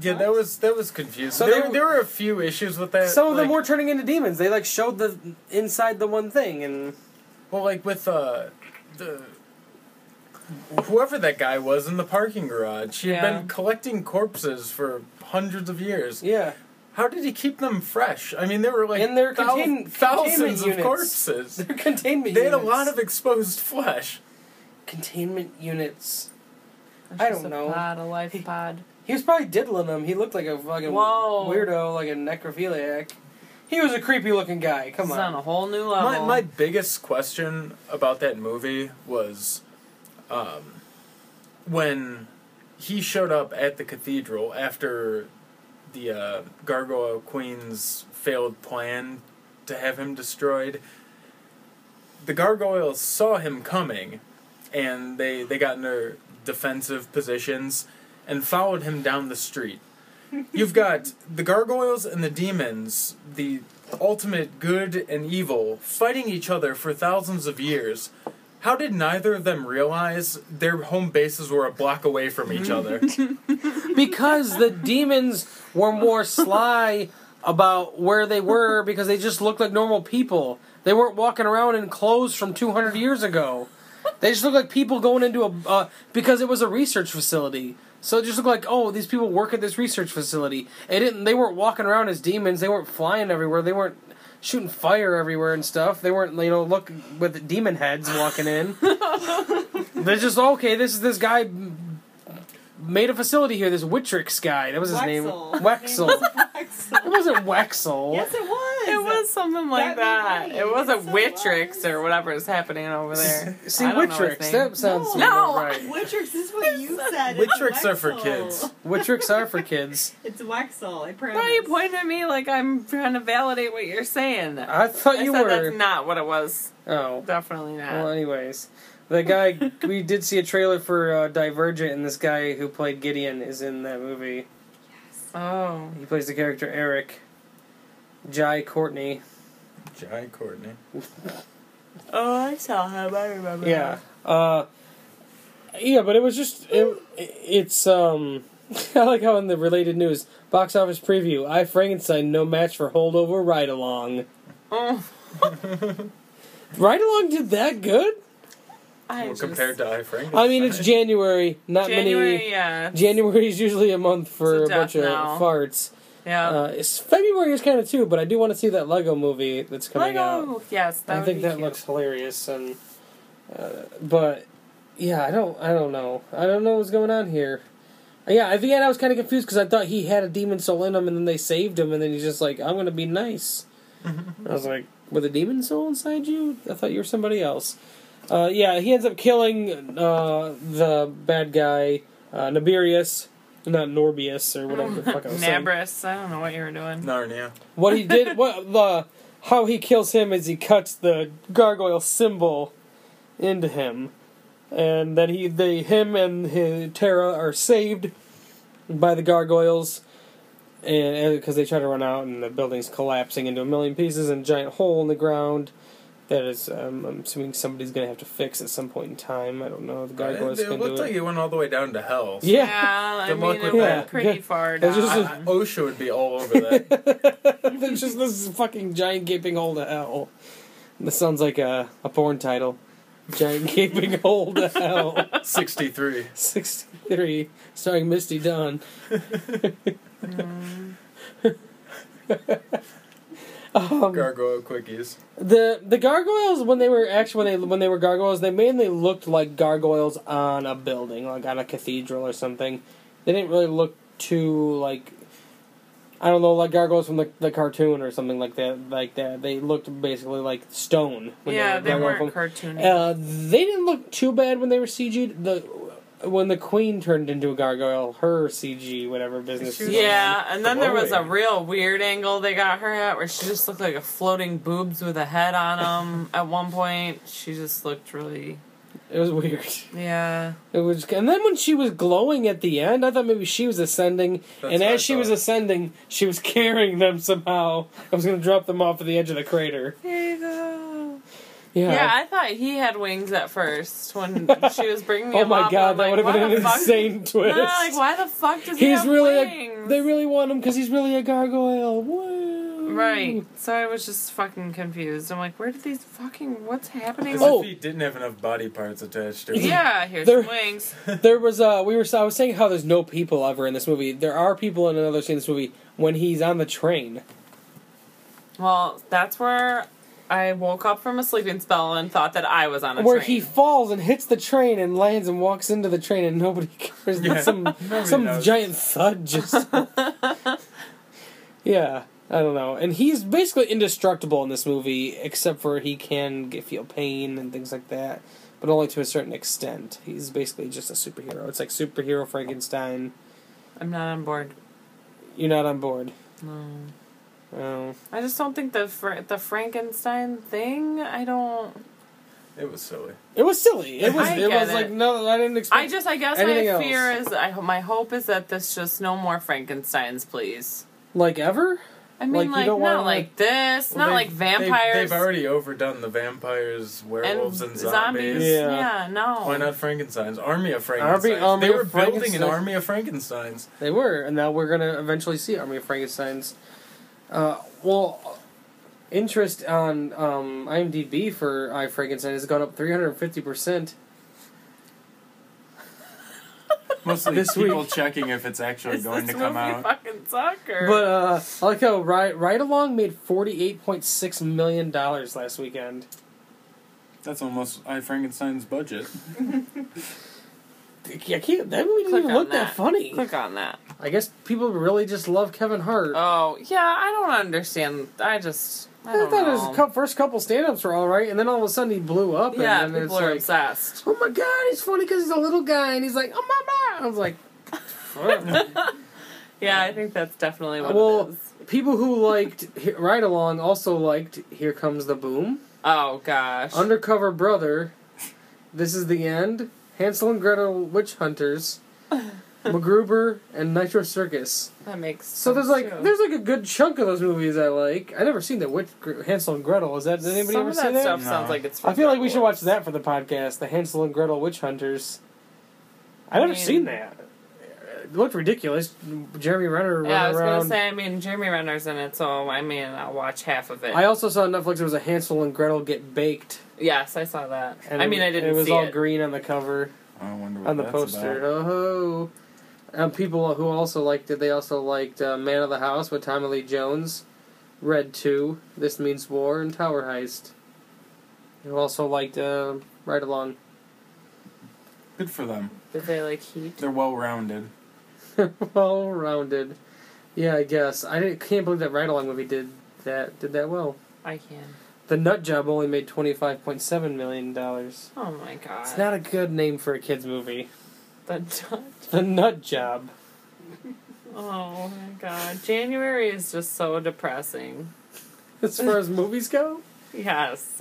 [SPEAKER 4] yeah, that was that was confusing.
[SPEAKER 2] So
[SPEAKER 4] there,
[SPEAKER 2] they-
[SPEAKER 4] there were a few issues with that.
[SPEAKER 2] Some of them
[SPEAKER 4] like-
[SPEAKER 2] were turning into demons. They like showed the inside the one thing, and
[SPEAKER 4] Well, like with uh, the whoever that guy was in the parking garage, he had
[SPEAKER 3] Yeah.
[SPEAKER 4] been collecting corpses for hundreds of years.
[SPEAKER 2] yeah. <laughs>
[SPEAKER 4] How did he keep them fresh? I mean, there were like
[SPEAKER 2] In their
[SPEAKER 4] thou-
[SPEAKER 2] contain- containment
[SPEAKER 4] thousands of
[SPEAKER 2] units.
[SPEAKER 4] corpses.
[SPEAKER 2] They're containment.
[SPEAKER 4] They had a
[SPEAKER 2] units.
[SPEAKER 4] lot of exposed flesh.
[SPEAKER 2] containment units.
[SPEAKER 3] It's
[SPEAKER 2] I
[SPEAKER 3] just
[SPEAKER 2] don't
[SPEAKER 3] a
[SPEAKER 2] know.
[SPEAKER 3] Pod,
[SPEAKER 2] <laughs>
[SPEAKER 3] a life pod.
[SPEAKER 2] He was probably diddling them. He looked like a fucking
[SPEAKER 3] Whoa.
[SPEAKER 2] weirdo, like a necrophiliac. He was a creepy looking guy. Come
[SPEAKER 3] This is
[SPEAKER 2] on.
[SPEAKER 3] on a whole new level.
[SPEAKER 4] My my biggest question about that movie was, um, when he showed up at the cathedral after the uh, Gargoyle Queen's failed plan to have him destroyed. The gargoyles saw him coming, and they they got in their defensive positions and followed him down the street. You've got the gargoyles and the demons, the ultimate good and evil, fighting each other for thousands of years. How did neither of them realize their home bases were a block away
[SPEAKER 3] <laughs>
[SPEAKER 4] from each other?
[SPEAKER 2] because the demons were more sly about where they were because they just looked like normal people. They weren't walking around in clothes from 200 years ago. They just looked like people going into a uh, because it was a research facility. So it just looked like oh these people work at this research facility. It didn't. They weren't walking around as demons. They weren't flying everywhere. They weren't shooting fire everywhere and stuff. They weren't you know look with demon heads walking in. They're just okay. This is this guy made a facility here. This Witrix guy. That was his name.
[SPEAKER 5] Wexel.
[SPEAKER 2] Wexel.
[SPEAKER 5] His name
[SPEAKER 2] It
[SPEAKER 5] was Wexel.
[SPEAKER 2] wasn't
[SPEAKER 3] <laughs>
[SPEAKER 2] Wexel.
[SPEAKER 5] yes, it was.
[SPEAKER 3] It was something like that.
[SPEAKER 5] That'd be
[SPEAKER 3] It
[SPEAKER 5] right.
[SPEAKER 3] wasn't
[SPEAKER 5] So
[SPEAKER 3] Witrix
[SPEAKER 5] was.
[SPEAKER 3] or whatever is happening over there.
[SPEAKER 2] See,
[SPEAKER 3] I don't know his
[SPEAKER 2] Witrix.
[SPEAKER 3] name.
[SPEAKER 2] That sounds
[SPEAKER 5] No.
[SPEAKER 2] about
[SPEAKER 3] No.
[SPEAKER 2] right.
[SPEAKER 5] Witrix is what you said. it's
[SPEAKER 4] Witrix are for
[SPEAKER 5] Wexel.
[SPEAKER 4] kids.
[SPEAKER 2] Witrix are for kids.
[SPEAKER 5] It's Wexel. I promise.
[SPEAKER 3] Why are you pointing at me like I'm trying to validate what you're saying? I,
[SPEAKER 2] I thought you
[SPEAKER 3] said
[SPEAKER 2] were.
[SPEAKER 3] that's not what it was.
[SPEAKER 2] oh.
[SPEAKER 3] Definitely not.
[SPEAKER 2] Well, anyways, the
[SPEAKER 3] <laughs>
[SPEAKER 2] guy we did see a trailer for uh, Divergent, and this guy who played Gideon is in that movie.
[SPEAKER 3] oh.
[SPEAKER 2] He plays the character Eric. Jai Courtney.
[SPEAKER 4] Jai Courtney.
[SPEAKER 3] Oh, I saw him. I remember.
[SPEAKER 2] Yeah. Uh, yeah, but it was just it, it's um. <laughs> I like how in the related news, box office preview, I Frankenstein no match for holdover ride along.
[SPEAKER 3] Oh, <laughs>
[SPEAKER 2] Ride along did that good?
[SPEAKER 3] I
[SPEAKER 4] Well,
[SPEAKER 3] just,
[SPEAKER 4] compared to I Frankenstein.
[SPEAKER 2] I mean, it's January, not
[SPEAKER 3] January,
[SPEAKER 2] many.
[SPEAKER 3] yeah.
[SPEAKER 2] January is usually a month for a
[SPEAKER 3] It's a
[SPEAKER 2] bunch
[SPEAKER 3] death
[SPEAKER 2] of
[SPEAKER 3] knell.
[SPEAKER 2] farts.
[SPEAKER 3] Yeah.
[SPEAKER 2] Uh, it's February is kind of too, but I do want to see that Lego movie that's coming out.
[SPEAKER 3] Lego. Yes, that
[SPEAKER 2] I
[SPEAKER 3] would
[SPEAKER 2] think
[SPEAKER 3] be
[SPEAKER 2] that
[SPEAKER 3] cute.
[SPEAKER 2] looks hilarious, and uh, but yeah, I don't, I don't know, I don't know what's going on here. Uh, Yeah, at the end I was kind of confused because I thought he had a demon soul in him, and then they saved him, and then he's just like, "I'm gonna be nice." I was like, "With a demon soul inside you? I thought you were somebody else." Uh, yeah, he ends up killing uh, the bad guy, uh, Nibirius, not Norbius or whatever the fuck I
[SPEAKER 3] <laughs>
[SPEAKER 2] was saying
[SPEAKER 3] Nabris. I don't know what you were doing.
[SPEAKER 4] Narnia.
[SPEAKER 2] what he did what the how he kills him is he cuts the gargoyle symbol into him and then he they him and his, Terra are saved by the gargoyles and because they try to run out and the building's collapsing into a million pieces and a giant hole in the ground that is um, I'm assuming somebody's gonna have to fix at some point in time I don't know the gargoyles
[SPEAKER 4] it
[SPEAKER 2] can do
[SPEAKER 4] looked
[SPEAKER 2] it
[SPEAKER 4] like it went all the way down to hell.
[SPEAKER 2] yeah,
[SPEAKER 3] I
[SPEAKER 4] Good
[SPEAKER 3] mean,
[SPEAKER 4] luck
[SPEAKER 3] it
[SPEAKER 4] with
[SPEAKER 3] went
[SPEAKER 2] that.
[SPEAKER 3] pretty
[SPEAKER 2] Yeah.
[SPEAKER 3] far
[SPEAKER 2] It's
[SPEAKER 3] down.
[SPEAKER 2] just a-
[SPEAKER 4] OSHA would be all over that.
[SPEAKER 2] <laughs> There's just this fucking giant gaping hole to hell. This sounds like a, a porn title. Giant <laughs> gaping hole to hell. <laughs>
[SPEAKER 4] 63.
[SPEAKER 2] 63, starring Misty Dunn. <laughs> Oh,
[SPEAKER 4] Gargoyle quickies.
[SPEAKER 2] The the gargoyles when they were actually when they when they were gargoyles they mainly looked like gargoyles on a building like on a cathedral or something. They didn't really look too like I don't know like gargoyles from the, the cartoon or something like that like that. They looked basically like stone.
[SPEAKER 3] yeah, they
[SPEAKER 2] gargoyle
[SPEAKER 3] weren't
[SPEAKER 2] from-
[SPEAKER 3] cartoony.
[SPEAKER 2] Uh, they didn't look too bad when they were CG'd. The when the Queen turned into a gargoyle, her CG whatever business. is
[SPEAKER 3] yeah, and then there was a
[SPEAKER 4] glowing.
[SPEAKER 3] real weird angle they got her at where she just looked like a floating boobs with a head on
[SPEAKER 2] <laughs>
[SPEAKER 3] them. at one point, she just looked really.
[SPEAKER 2] on. it was weird.
[SPEAKER 3] Yeah.
[SPEAKER 2] It was, and then when she was glowing at the end, I thought maybe she was ascending.
[SPEAKER 4] That's
[SPEAKER 2] and
[SPEAKER 4] what I
[SPEAKER 2] as she was
[SPEAKER 4] thought.
[SPEAKER 2] ascending, she was <laughs> carrying them somehow. I was gonna drop them off at the edge of the crater.
[SPEAKER 3] Here you go.
[SPEAKER 2] Yeah.
[SPEAKER 3] Yeah, I thought he had wings at first when she was bringing him
[SPEAKER 2] <laughs> oh my
[SPEAKER 3] up,
[SPEAKER 2] god,
[SPEAKER 3] I'm
[SPEAKER 2] that
[SPEAKER 3] like,
[SPEAKER 2] would have
[SPEAKER 3] why
[SPEAKER 2] been an
[SPEAKER 3] the fuck- <laughs>
[SPEAKER 2] insane
[SPEAKER 3] No,
[SPEAKER 2] twist.
[SPEAKER 3] like, why the fuck does he
[SPEAKER 2] he's
[SPEAKER 3] have
[SPEAKER 2] really
[SPEAKER 3] wings?
[SPEAKER 2] a, they really want him because he's really a gargoyle. Woo.
[SPEAKER 3] Right. So I was just fucking confused. I'm like, where did these fucking what's happening?
[SPEAKER 4] As
[SPEAKER 3] with-
[SPEAKER 2] Oh.
[SPEAKER 4] if he didn't have enough body parts attached to it.
[SPEAKER 3] yeah, here's
[SPEAKER 2] They're-
[SPEAKER 3] some wings.
[SPEAKER 2] <laughs> There was uh we were I was saying how there's no people ever in this movie. There are people in another scene in this movie when he's on the train.
[SPEAKER 3] Well, that's where I woke up from a sleeping spell and thought that I was on a
[SPEAKER 2] where
[SPEAKER 3] train.
[SPEAKER 2] he falls and hits the train and lands and walks into the train and nobody <laughs> cares.
[SPEAKER 3] <laughs>
[SPEAKER 4] Yeah.
[SPEAKER 2] Some some
[SPEAKER 4] knows.
[SPEAKER 2] giant thud just Yeah, I don't know. And he's basically indestructible in this movie except for he can get, feel pain and things like that, but only to a certain extent. He's basically just a superhero. It's like superhero Frankenstein.
[SPEAKER 3] I'm not on board.
[SPEAKER 2] You're not on board.
[SPEAKER 3] No.
[SPEAKER 2] Oh.
[SPEAKER 3] I just don't think the Fra- the Frankenstein thing. I don't.
[SPEAKER 4] It was silly.
[SPEAKER 2] It was silly. It was.
[SPEAKER 3] I
[SPEAKER 2] it
[SPEAKER 3] get
[SPEAKER 2] was
[SPEAKER 3] it.
[SPEAKER 2] like no, I didn't expect.
[SPEAKER 3] I just. I guess
[SPEAKER 2] Anything
[SPEAKER 3] my
[SPEAKER 2] else?
[SPEAKER 3] fear is. I ho- my hope is that this just no more Frankenstein's, please.
[SPEAKER 2] like ever.
[SPEAKER 3] I
[SPEAKER 2] Like,
[SPEAKER 3] mean,
[SPEAKER 2] you
[SPEAKER 3] like,
[SPEAKER 2] don't
[SPEAKER 3] not
[SPEAKER 2] wanna-
[SPEAKER 3] like this,
[SPEAKER 4] Well,
[SPEAKER 3] not
[SPEAKER 4] they-
[SPEAKER 3] like
[SPEAKER 4] they-
[SPEAKER 3] vampires
[SPEAKER 4] They've, already overdone the vampires, werewolves, and,
[SPEAKER 3] and
[SPEAKER 4] zombies.
[SPEAKER 2] Yeah.
[SPEAKER 3] Yeah. no.
[SPEAKER 4] Why not Frankenstein's? Army of Frankensteins.
[SPEAKER 2] army
[SPEAKER 4] they were
[SPEAKER 2] of
[SPEAKER 4] building an
[SPEAKER 2] Frankenstein.
[SPEAKER 4] army of Frankensteins.
[SPEAKER 2] They were, and now we're gonna eventually see Army of Frankenstein's. Uh, well, interest on um, IMDb for I Frankenstein has gone up three hundred fifty percent.
[SPEAKER 4] <laughs> Mostly
[SPEAKER 2] This
[SPEAKER 4] people checking if it's actually
[SPEAKER 3] Is
[SPEAKER 4] going
[SPEAKER 3] this
[SPEAKER 4] to come
[SPEAKER 3] movie
[SPEAKER 4] out.
[SPEAKER 3] fucking sucker?
[SPEAKER 2] But uh, I like how Ride, Ride Along made forty eight point six million dollars last weekend.
[SPEAKER 4] That's almost I Frankenstein's budget.
[SPEAKER 2] I can't. That movie didn't
[SPEAKER 3] Click
[SPEAKER 2] even
[SPEAKER 3] on
[SPEAKER 2] look that,
[SPEAKER 3] that.
[SPEAKER 2] funny.
[SPEAKER 3] Click on that.
[SPEAKER 2] I guess people really just love Kevin Hart.
[SPEAKER 3] Oh yeah, I don't understand. I just I,
[SPEAKER 2] I,
[SPEAKER 3] don't
[SPEAKER 2] thought
[SPEAKER 3] know.
[SPEAKER 2] his cou- first couple stand-ups were all right, and then all of a sudden he blew up.
[SPEAKER 3] yeah,
[SPEAKER 2] and then
[SPEAKER 3] people
[SPEAKER 2] it's
[SPEAKER 3] are
[SPEAKER 2] like,
[SPEAKER 3] obsessed.
[SPEAKER 2] oh my god, he's funny because he's a little guy, and he's like, oh my god. I was like, fuck.
[SPEAKER 3] Yeah, I think that's definitely what it
[SPEAKER 2] well,
[SPEAKER 3] is.
[SPEAKER 2] people who liked He- Ride Along also liked Here Comes the Boom,
[SPEAKER 3] Oh gosh.
[SPEAKER 2] Undercover Brother, This Is the End, Hansel and Gretel Witch
[SPEAKER 3] <laughs>
[SPEAKER 2] Hunters, MacGruber, and Nitro Circus.
[SPEAKER 3] that makes
[SPEAKER 2] So there's like
[SPEAKER 3] sense, too.
[SPEAKER 2] there's like a good chunk of those movies I like. I never seen the Witch Hansel and Gretel. Is that did anybody
[SPEAKER 3] Some
[SPEAKER 2] ever
[SPEAKER 3] of
[SPEAKER 2] see
[SPEAKER 3] that
[SPEAKER 2] that?
[SPEAKER 3] stuff
[SPEAKER 4] No.
[SPEAKER 3] sounds like it's.
[SPEAKER 2] I feel like we should watch that
[SPEAKER 3] ridiculous.
[SPEAKER 2] for the podcast, the Hansel and Gretel Witch Hunters. I
[SPEAKER 3] I
[SPEAKER 2] never
[SPEAKER 3] mean-
[SPEAKER 2] seen that. It looked ridiculous. Jeremy Renner
[SPEAKER 3] Yeah, I
[SPEAKER 2] running
[SPEAKER 3] was
[SPEAKER 2] around.
[SPEAKER 3] gonna say. I mean, Jeremy Renner's in it, so I mean, I'll watch half of it.
[SPEAKER 2] I also saw on Netflix there was a Hansel and Gretel get baked.
[SPEAKER 3] yes, I saw that.
[SPEAKER 2] And
[SPEAKER 3] I mean, I didn't
[SPEAKER 2] It was
[SPEAKER 3] see
[SPEAKER 2] all
[SPEAKER 3] it.
[SPEAKER 2] green on the cover
[SPEAKER 4] I wonder what
[SPEAKER 2] on the
[SPEAKER 4] that's
[SPEAKER 2] poster.
[SPEAKER 4] about.
[SPEAKER 2] Oh ho! Um, people who also liked it, they also liked uh, Man of the House with Tommy Lee Jones, Red 2, This Means War, and Tower Heist. Who also liked uh, Ride Along. <laughs>
[SPEAKER 4] Good for them.
[SPEAKER 3] Did they like heat?
[SPEAKER 4] They're well rounded.
[SPEAKER 2] well rounded. Yeah, I guess. I didn't, can't believe that Ride Along movie did that did that well.
[SPEAKER 3] I can.
[SPEAKER 2] The Nut Job only made $25.7 million. It's
[SPEAKER 3] Oh my god.
[SPEAKER 2] not a good name for a kid's movie.
[SPEAKER 3] the dot.
[SPEAKER 2] The Nut Job.
[SPEAKER 3] Oh my god. January is just so depressing.
[SPEAKER 2] As far as movies go?
[SPEAKER 3] Yes.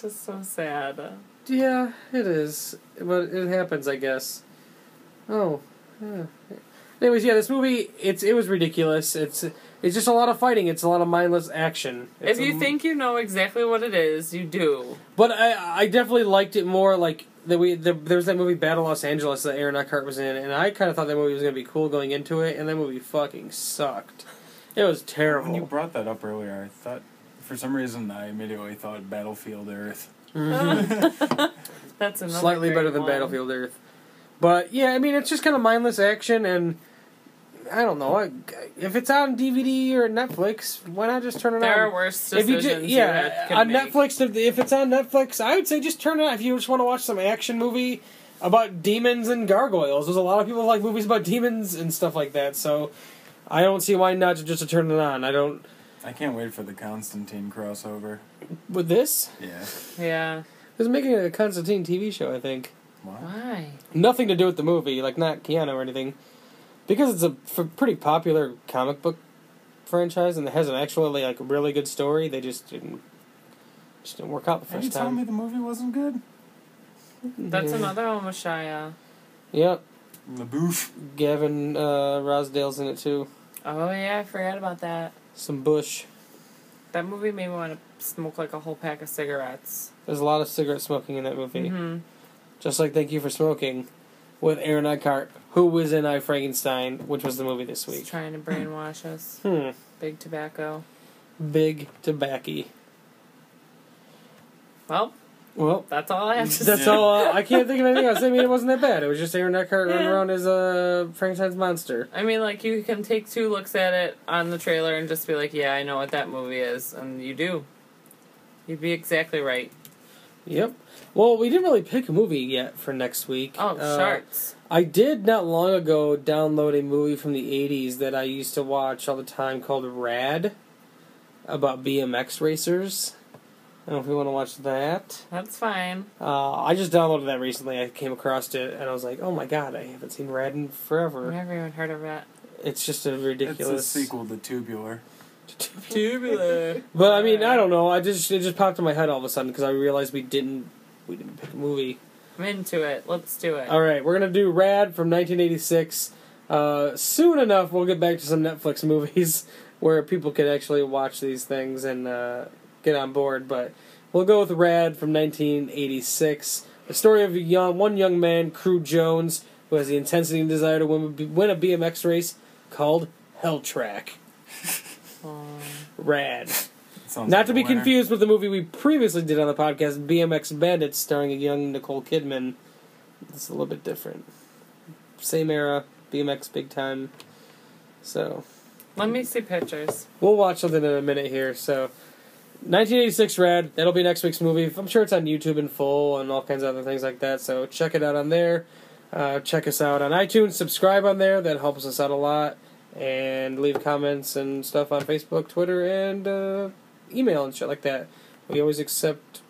[SPEAKER 3] Just so sad.
[SPEAKER 2] Yeah, it is. But it happens, I guess. Oh. yeah. Anyways, yeah, this movie it's it was ridiculous. It's it's just a lot of fighting. It's a lot of mindless action. It's
[SPEAKER 3] if you
[SPEAKER 2] a-
[SPEAKER 3] think you know exactly what it is, you do.
[SPEAKER 2] but I I definitely liked it more. Like that we the, there was that movie Battle Los Angeles that Aaron Eckhart was in, and I kind of thought that movie was gonna be cool going into it, and that movie fucking sucked. It was
[SPEAKER 4] When you
[SPEAKER 2] terrible.
[SPEAKER 4] brought that up earlier, I thought, for some reason, I immediately thought Battlefield Earth.
[SPEAKER 3] That's another
[SPEAKER 2] slightly
[SPEAKER 3] great
[SPEAKER 2] better than
[SPEAKER 3] one.
[SPEAKER 2] Battlefield Earth. But yeah, I mean, it's just kind of mindless action, and I don't know. I, if it's on DVD or Netflix, why not just turn it
[SPEAKER 3] There are
[SPEAKER 2] on?
[SPEAKER 3] worse
[SPEAKER 2] If you
[SPEAKER 3] decisions.
[SPEAKER 2] just,
[SPEAKER 3] you
[SPEAKER 2] yeah,
[SPEAKER 3] had- could
[SPEAKER 2] on
[SPEAKER 3] make.
[SPEAKER 2] Netflix, if, if it's on Netflix, I would say just turn it on. If you just want to watch some action movie about demons and gargoyles, there's a lot of people who like movies about demons and stuff like that. So I don't see why not to just to turn it on. I don't
[SPEAKER 4] I can't wait for the Constantine crossover.
[SPEAKER 2] with this.
[SPEAKER 4] Yeah.
[SPEAKER 3] Yeah.
[SPEAKER 2] This is making a Constantine TV show, I think.
[SPEAKER 4] What?
[SPEAKER 3] Why?
[SPEAKER 2] nothing to do with the movie, like not Keanu or anything, because it's a f- pretty popular comic book franchise and it has an actually like really good story. They just didn't just didn't work out the
[SPEAKER 4] Are you
[SPEAKER 2] first
[SPEAKER 4] telling
[SPEAKER 2] time.
[SPEAKER 4] me the movie wasn't good?
[SPEAKER 3] That's another one with Shia.
[SPEAKER 2] Yep,
[SPEAKER 4] The boof.
[SPEAKER 2] Gavin uh, Rosdale's in it too.
[SPEAKER 3] Oh yeah, I forgot about that.
[SPEAKER 2] Some Bush.
[SPEAKER 3] That movie made me want to smoke like a whole pack of cigarettes.
[SPEAKER 2] There's a lot of cigarette smoking in that movie.
[SPEAKER 3] Mhm.
[SPEAKER 2] Just like Thank You for Smoking, with Aaron Eckhart, who was in I Frankenstein, which was the movie this
[SPEAKER 3] Just
[SPEAKER 2] week.
[SPEAKER 3] trying to brainwash us.
[SPEAKER 2] Hmm.
[SPEAKER 3] Big tobacco.
[SPEAKER 2] Big tobacco.
[SPEAKER 3] Well,
[SPEAKER 2] Well,
[SPEAKER 3] that's all I
[SPEAKER 2] <laughs>
[SPEAKER 3] have to say.
[SPEAKER 2] That's all. Uh, I can't think of anything else. I mean, it wasn't that bad. It was just Aaron Eckhart running
[SPEAKER 3] Yeah.
[SPEAKER 2] around as a Frankenstein's monster.
[SPEAKER 3] I mean, like you can take two looks at it on the trailer and just be like, "Yeah, I know what that movie is," and you do. You'd be exactly right.
[SPEAKER 2] Yep. Well, we didn't really pick a movie yet for next week.
[SPEAKER 3] Oh,
[SPEAKER 2] Uh,
[SPEAKER 3] sharks!
[SPEAKER 2] I did not long ago download a movie from the '80s that I used to watch all the time called Rad, about BMX racers. I don't know if we want to watch that.
[SPEAKER 3] That's fine.
[SPEAKER 2] Uh, I just downloaded that recently. I came across it and I was like, "Oh my god, I haven't seen Rad in
[SPEAKER 3] I've
[SPEAKER 2] forever."
[SPEAKER 3] never even heard of that.
[SPEAKER 2] It's just a
[SPEAKER 4] It's a
[SPEAKER 2] ridiculous <laughs>
[SPEAKER 4] sequel to Tubular.
[SPEAKER 3] Tubular.
[SPEAKER 2] But I mean, I don't know. I just it just popped in my head all of a sudden because I realized we didn't we didn't pick a movie.
[SPEAKER 3] <laughs> I'm into it. Let's do it.
[SPEAKER 2] All right, we're gonna do Rad from 1986. Uh, soon enough, we'll get back to some Netflix <laughs> movies where people could actually watch these things and uh, get on board. But we'll go with Rad from 1986. The story of a young one young man, Crew Jones, who has the intensity and desire to win, win a BMX race called Hell Track.
[SPEAKER 3] Oh.
[SPEAKER 2] Rad.
[SPEAKER 4] It sounds
[SPEAKER 2] Not
[SPEAKER 4] like
[SPEAKER 2] to
[SPEAKER 4] a
[SPEAKER 2] be
[SPEAKER 4] winner.
[SPEAKER 2] confused with the movie we previously did on the podcast, BMX Bandits, starring a young Nicole Kidman. It's a little bit different. Same era, BMX big time. So
[SPEAKER 3] Let me see pictures.
[SPEAKER 2] we'll watch something in a minute here. So 1986 Rad, that'll be next week's movie. I'm sure it's on YouTube in full and all kinds of other things like that. So check it out on there. Uh, check us out on iTunes. Subscribe on there. That helps us out a lot. And leave comments and stuff on Facebook, Twitter, and uh, email and shit like that. We always accept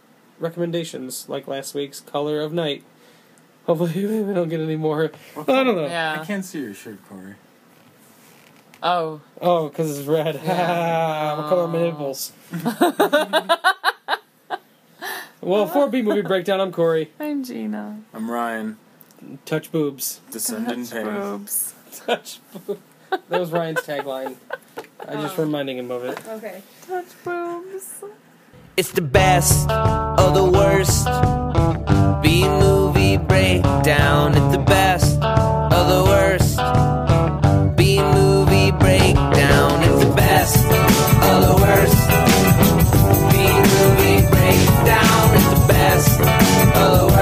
[SPEAKER 2] recommendations, like last week's Color of Night. Hopefully, <laughs> we don't get any more.
[SPEAKER 4] What
[SPEAKER 2] uh, I don't
[SPEAKER 4] color-
[SPEAKER 2] know.
[SPEAKER 4] I
[SPEAKER 3] Yeah.
[SPEAKER 4] can't see your shirt, Corey.
[SPEAKER 3] Oh.
[SPEAKER 2] Oh, because it's red. <laughs>
[SPEAKER 3] Yeah.
[SPEAKER 2] what color are my nipples? well, for B movie breakdown, I'm Corey.
[SPEAKER 3] I'm Gina.
[SPEAKER 4] I'm Ryan.
[SPEAKER 2] Touch boobs.
[SPEAKER 4] Descend in pain.
[SPEAKER 2] Touch boobs. <laughs> That was Ryan's tagline. I just reminding him of it.
[SPEAKER 5] Okay.
[SPEAKER 3] Touch boobs.
[SPEAKER 1] It's the best of the worst. B movie breakdown. It's the best of the worst. B movie breakdown. It's the best of the worst. B movie breakdown. It's the best of the worst.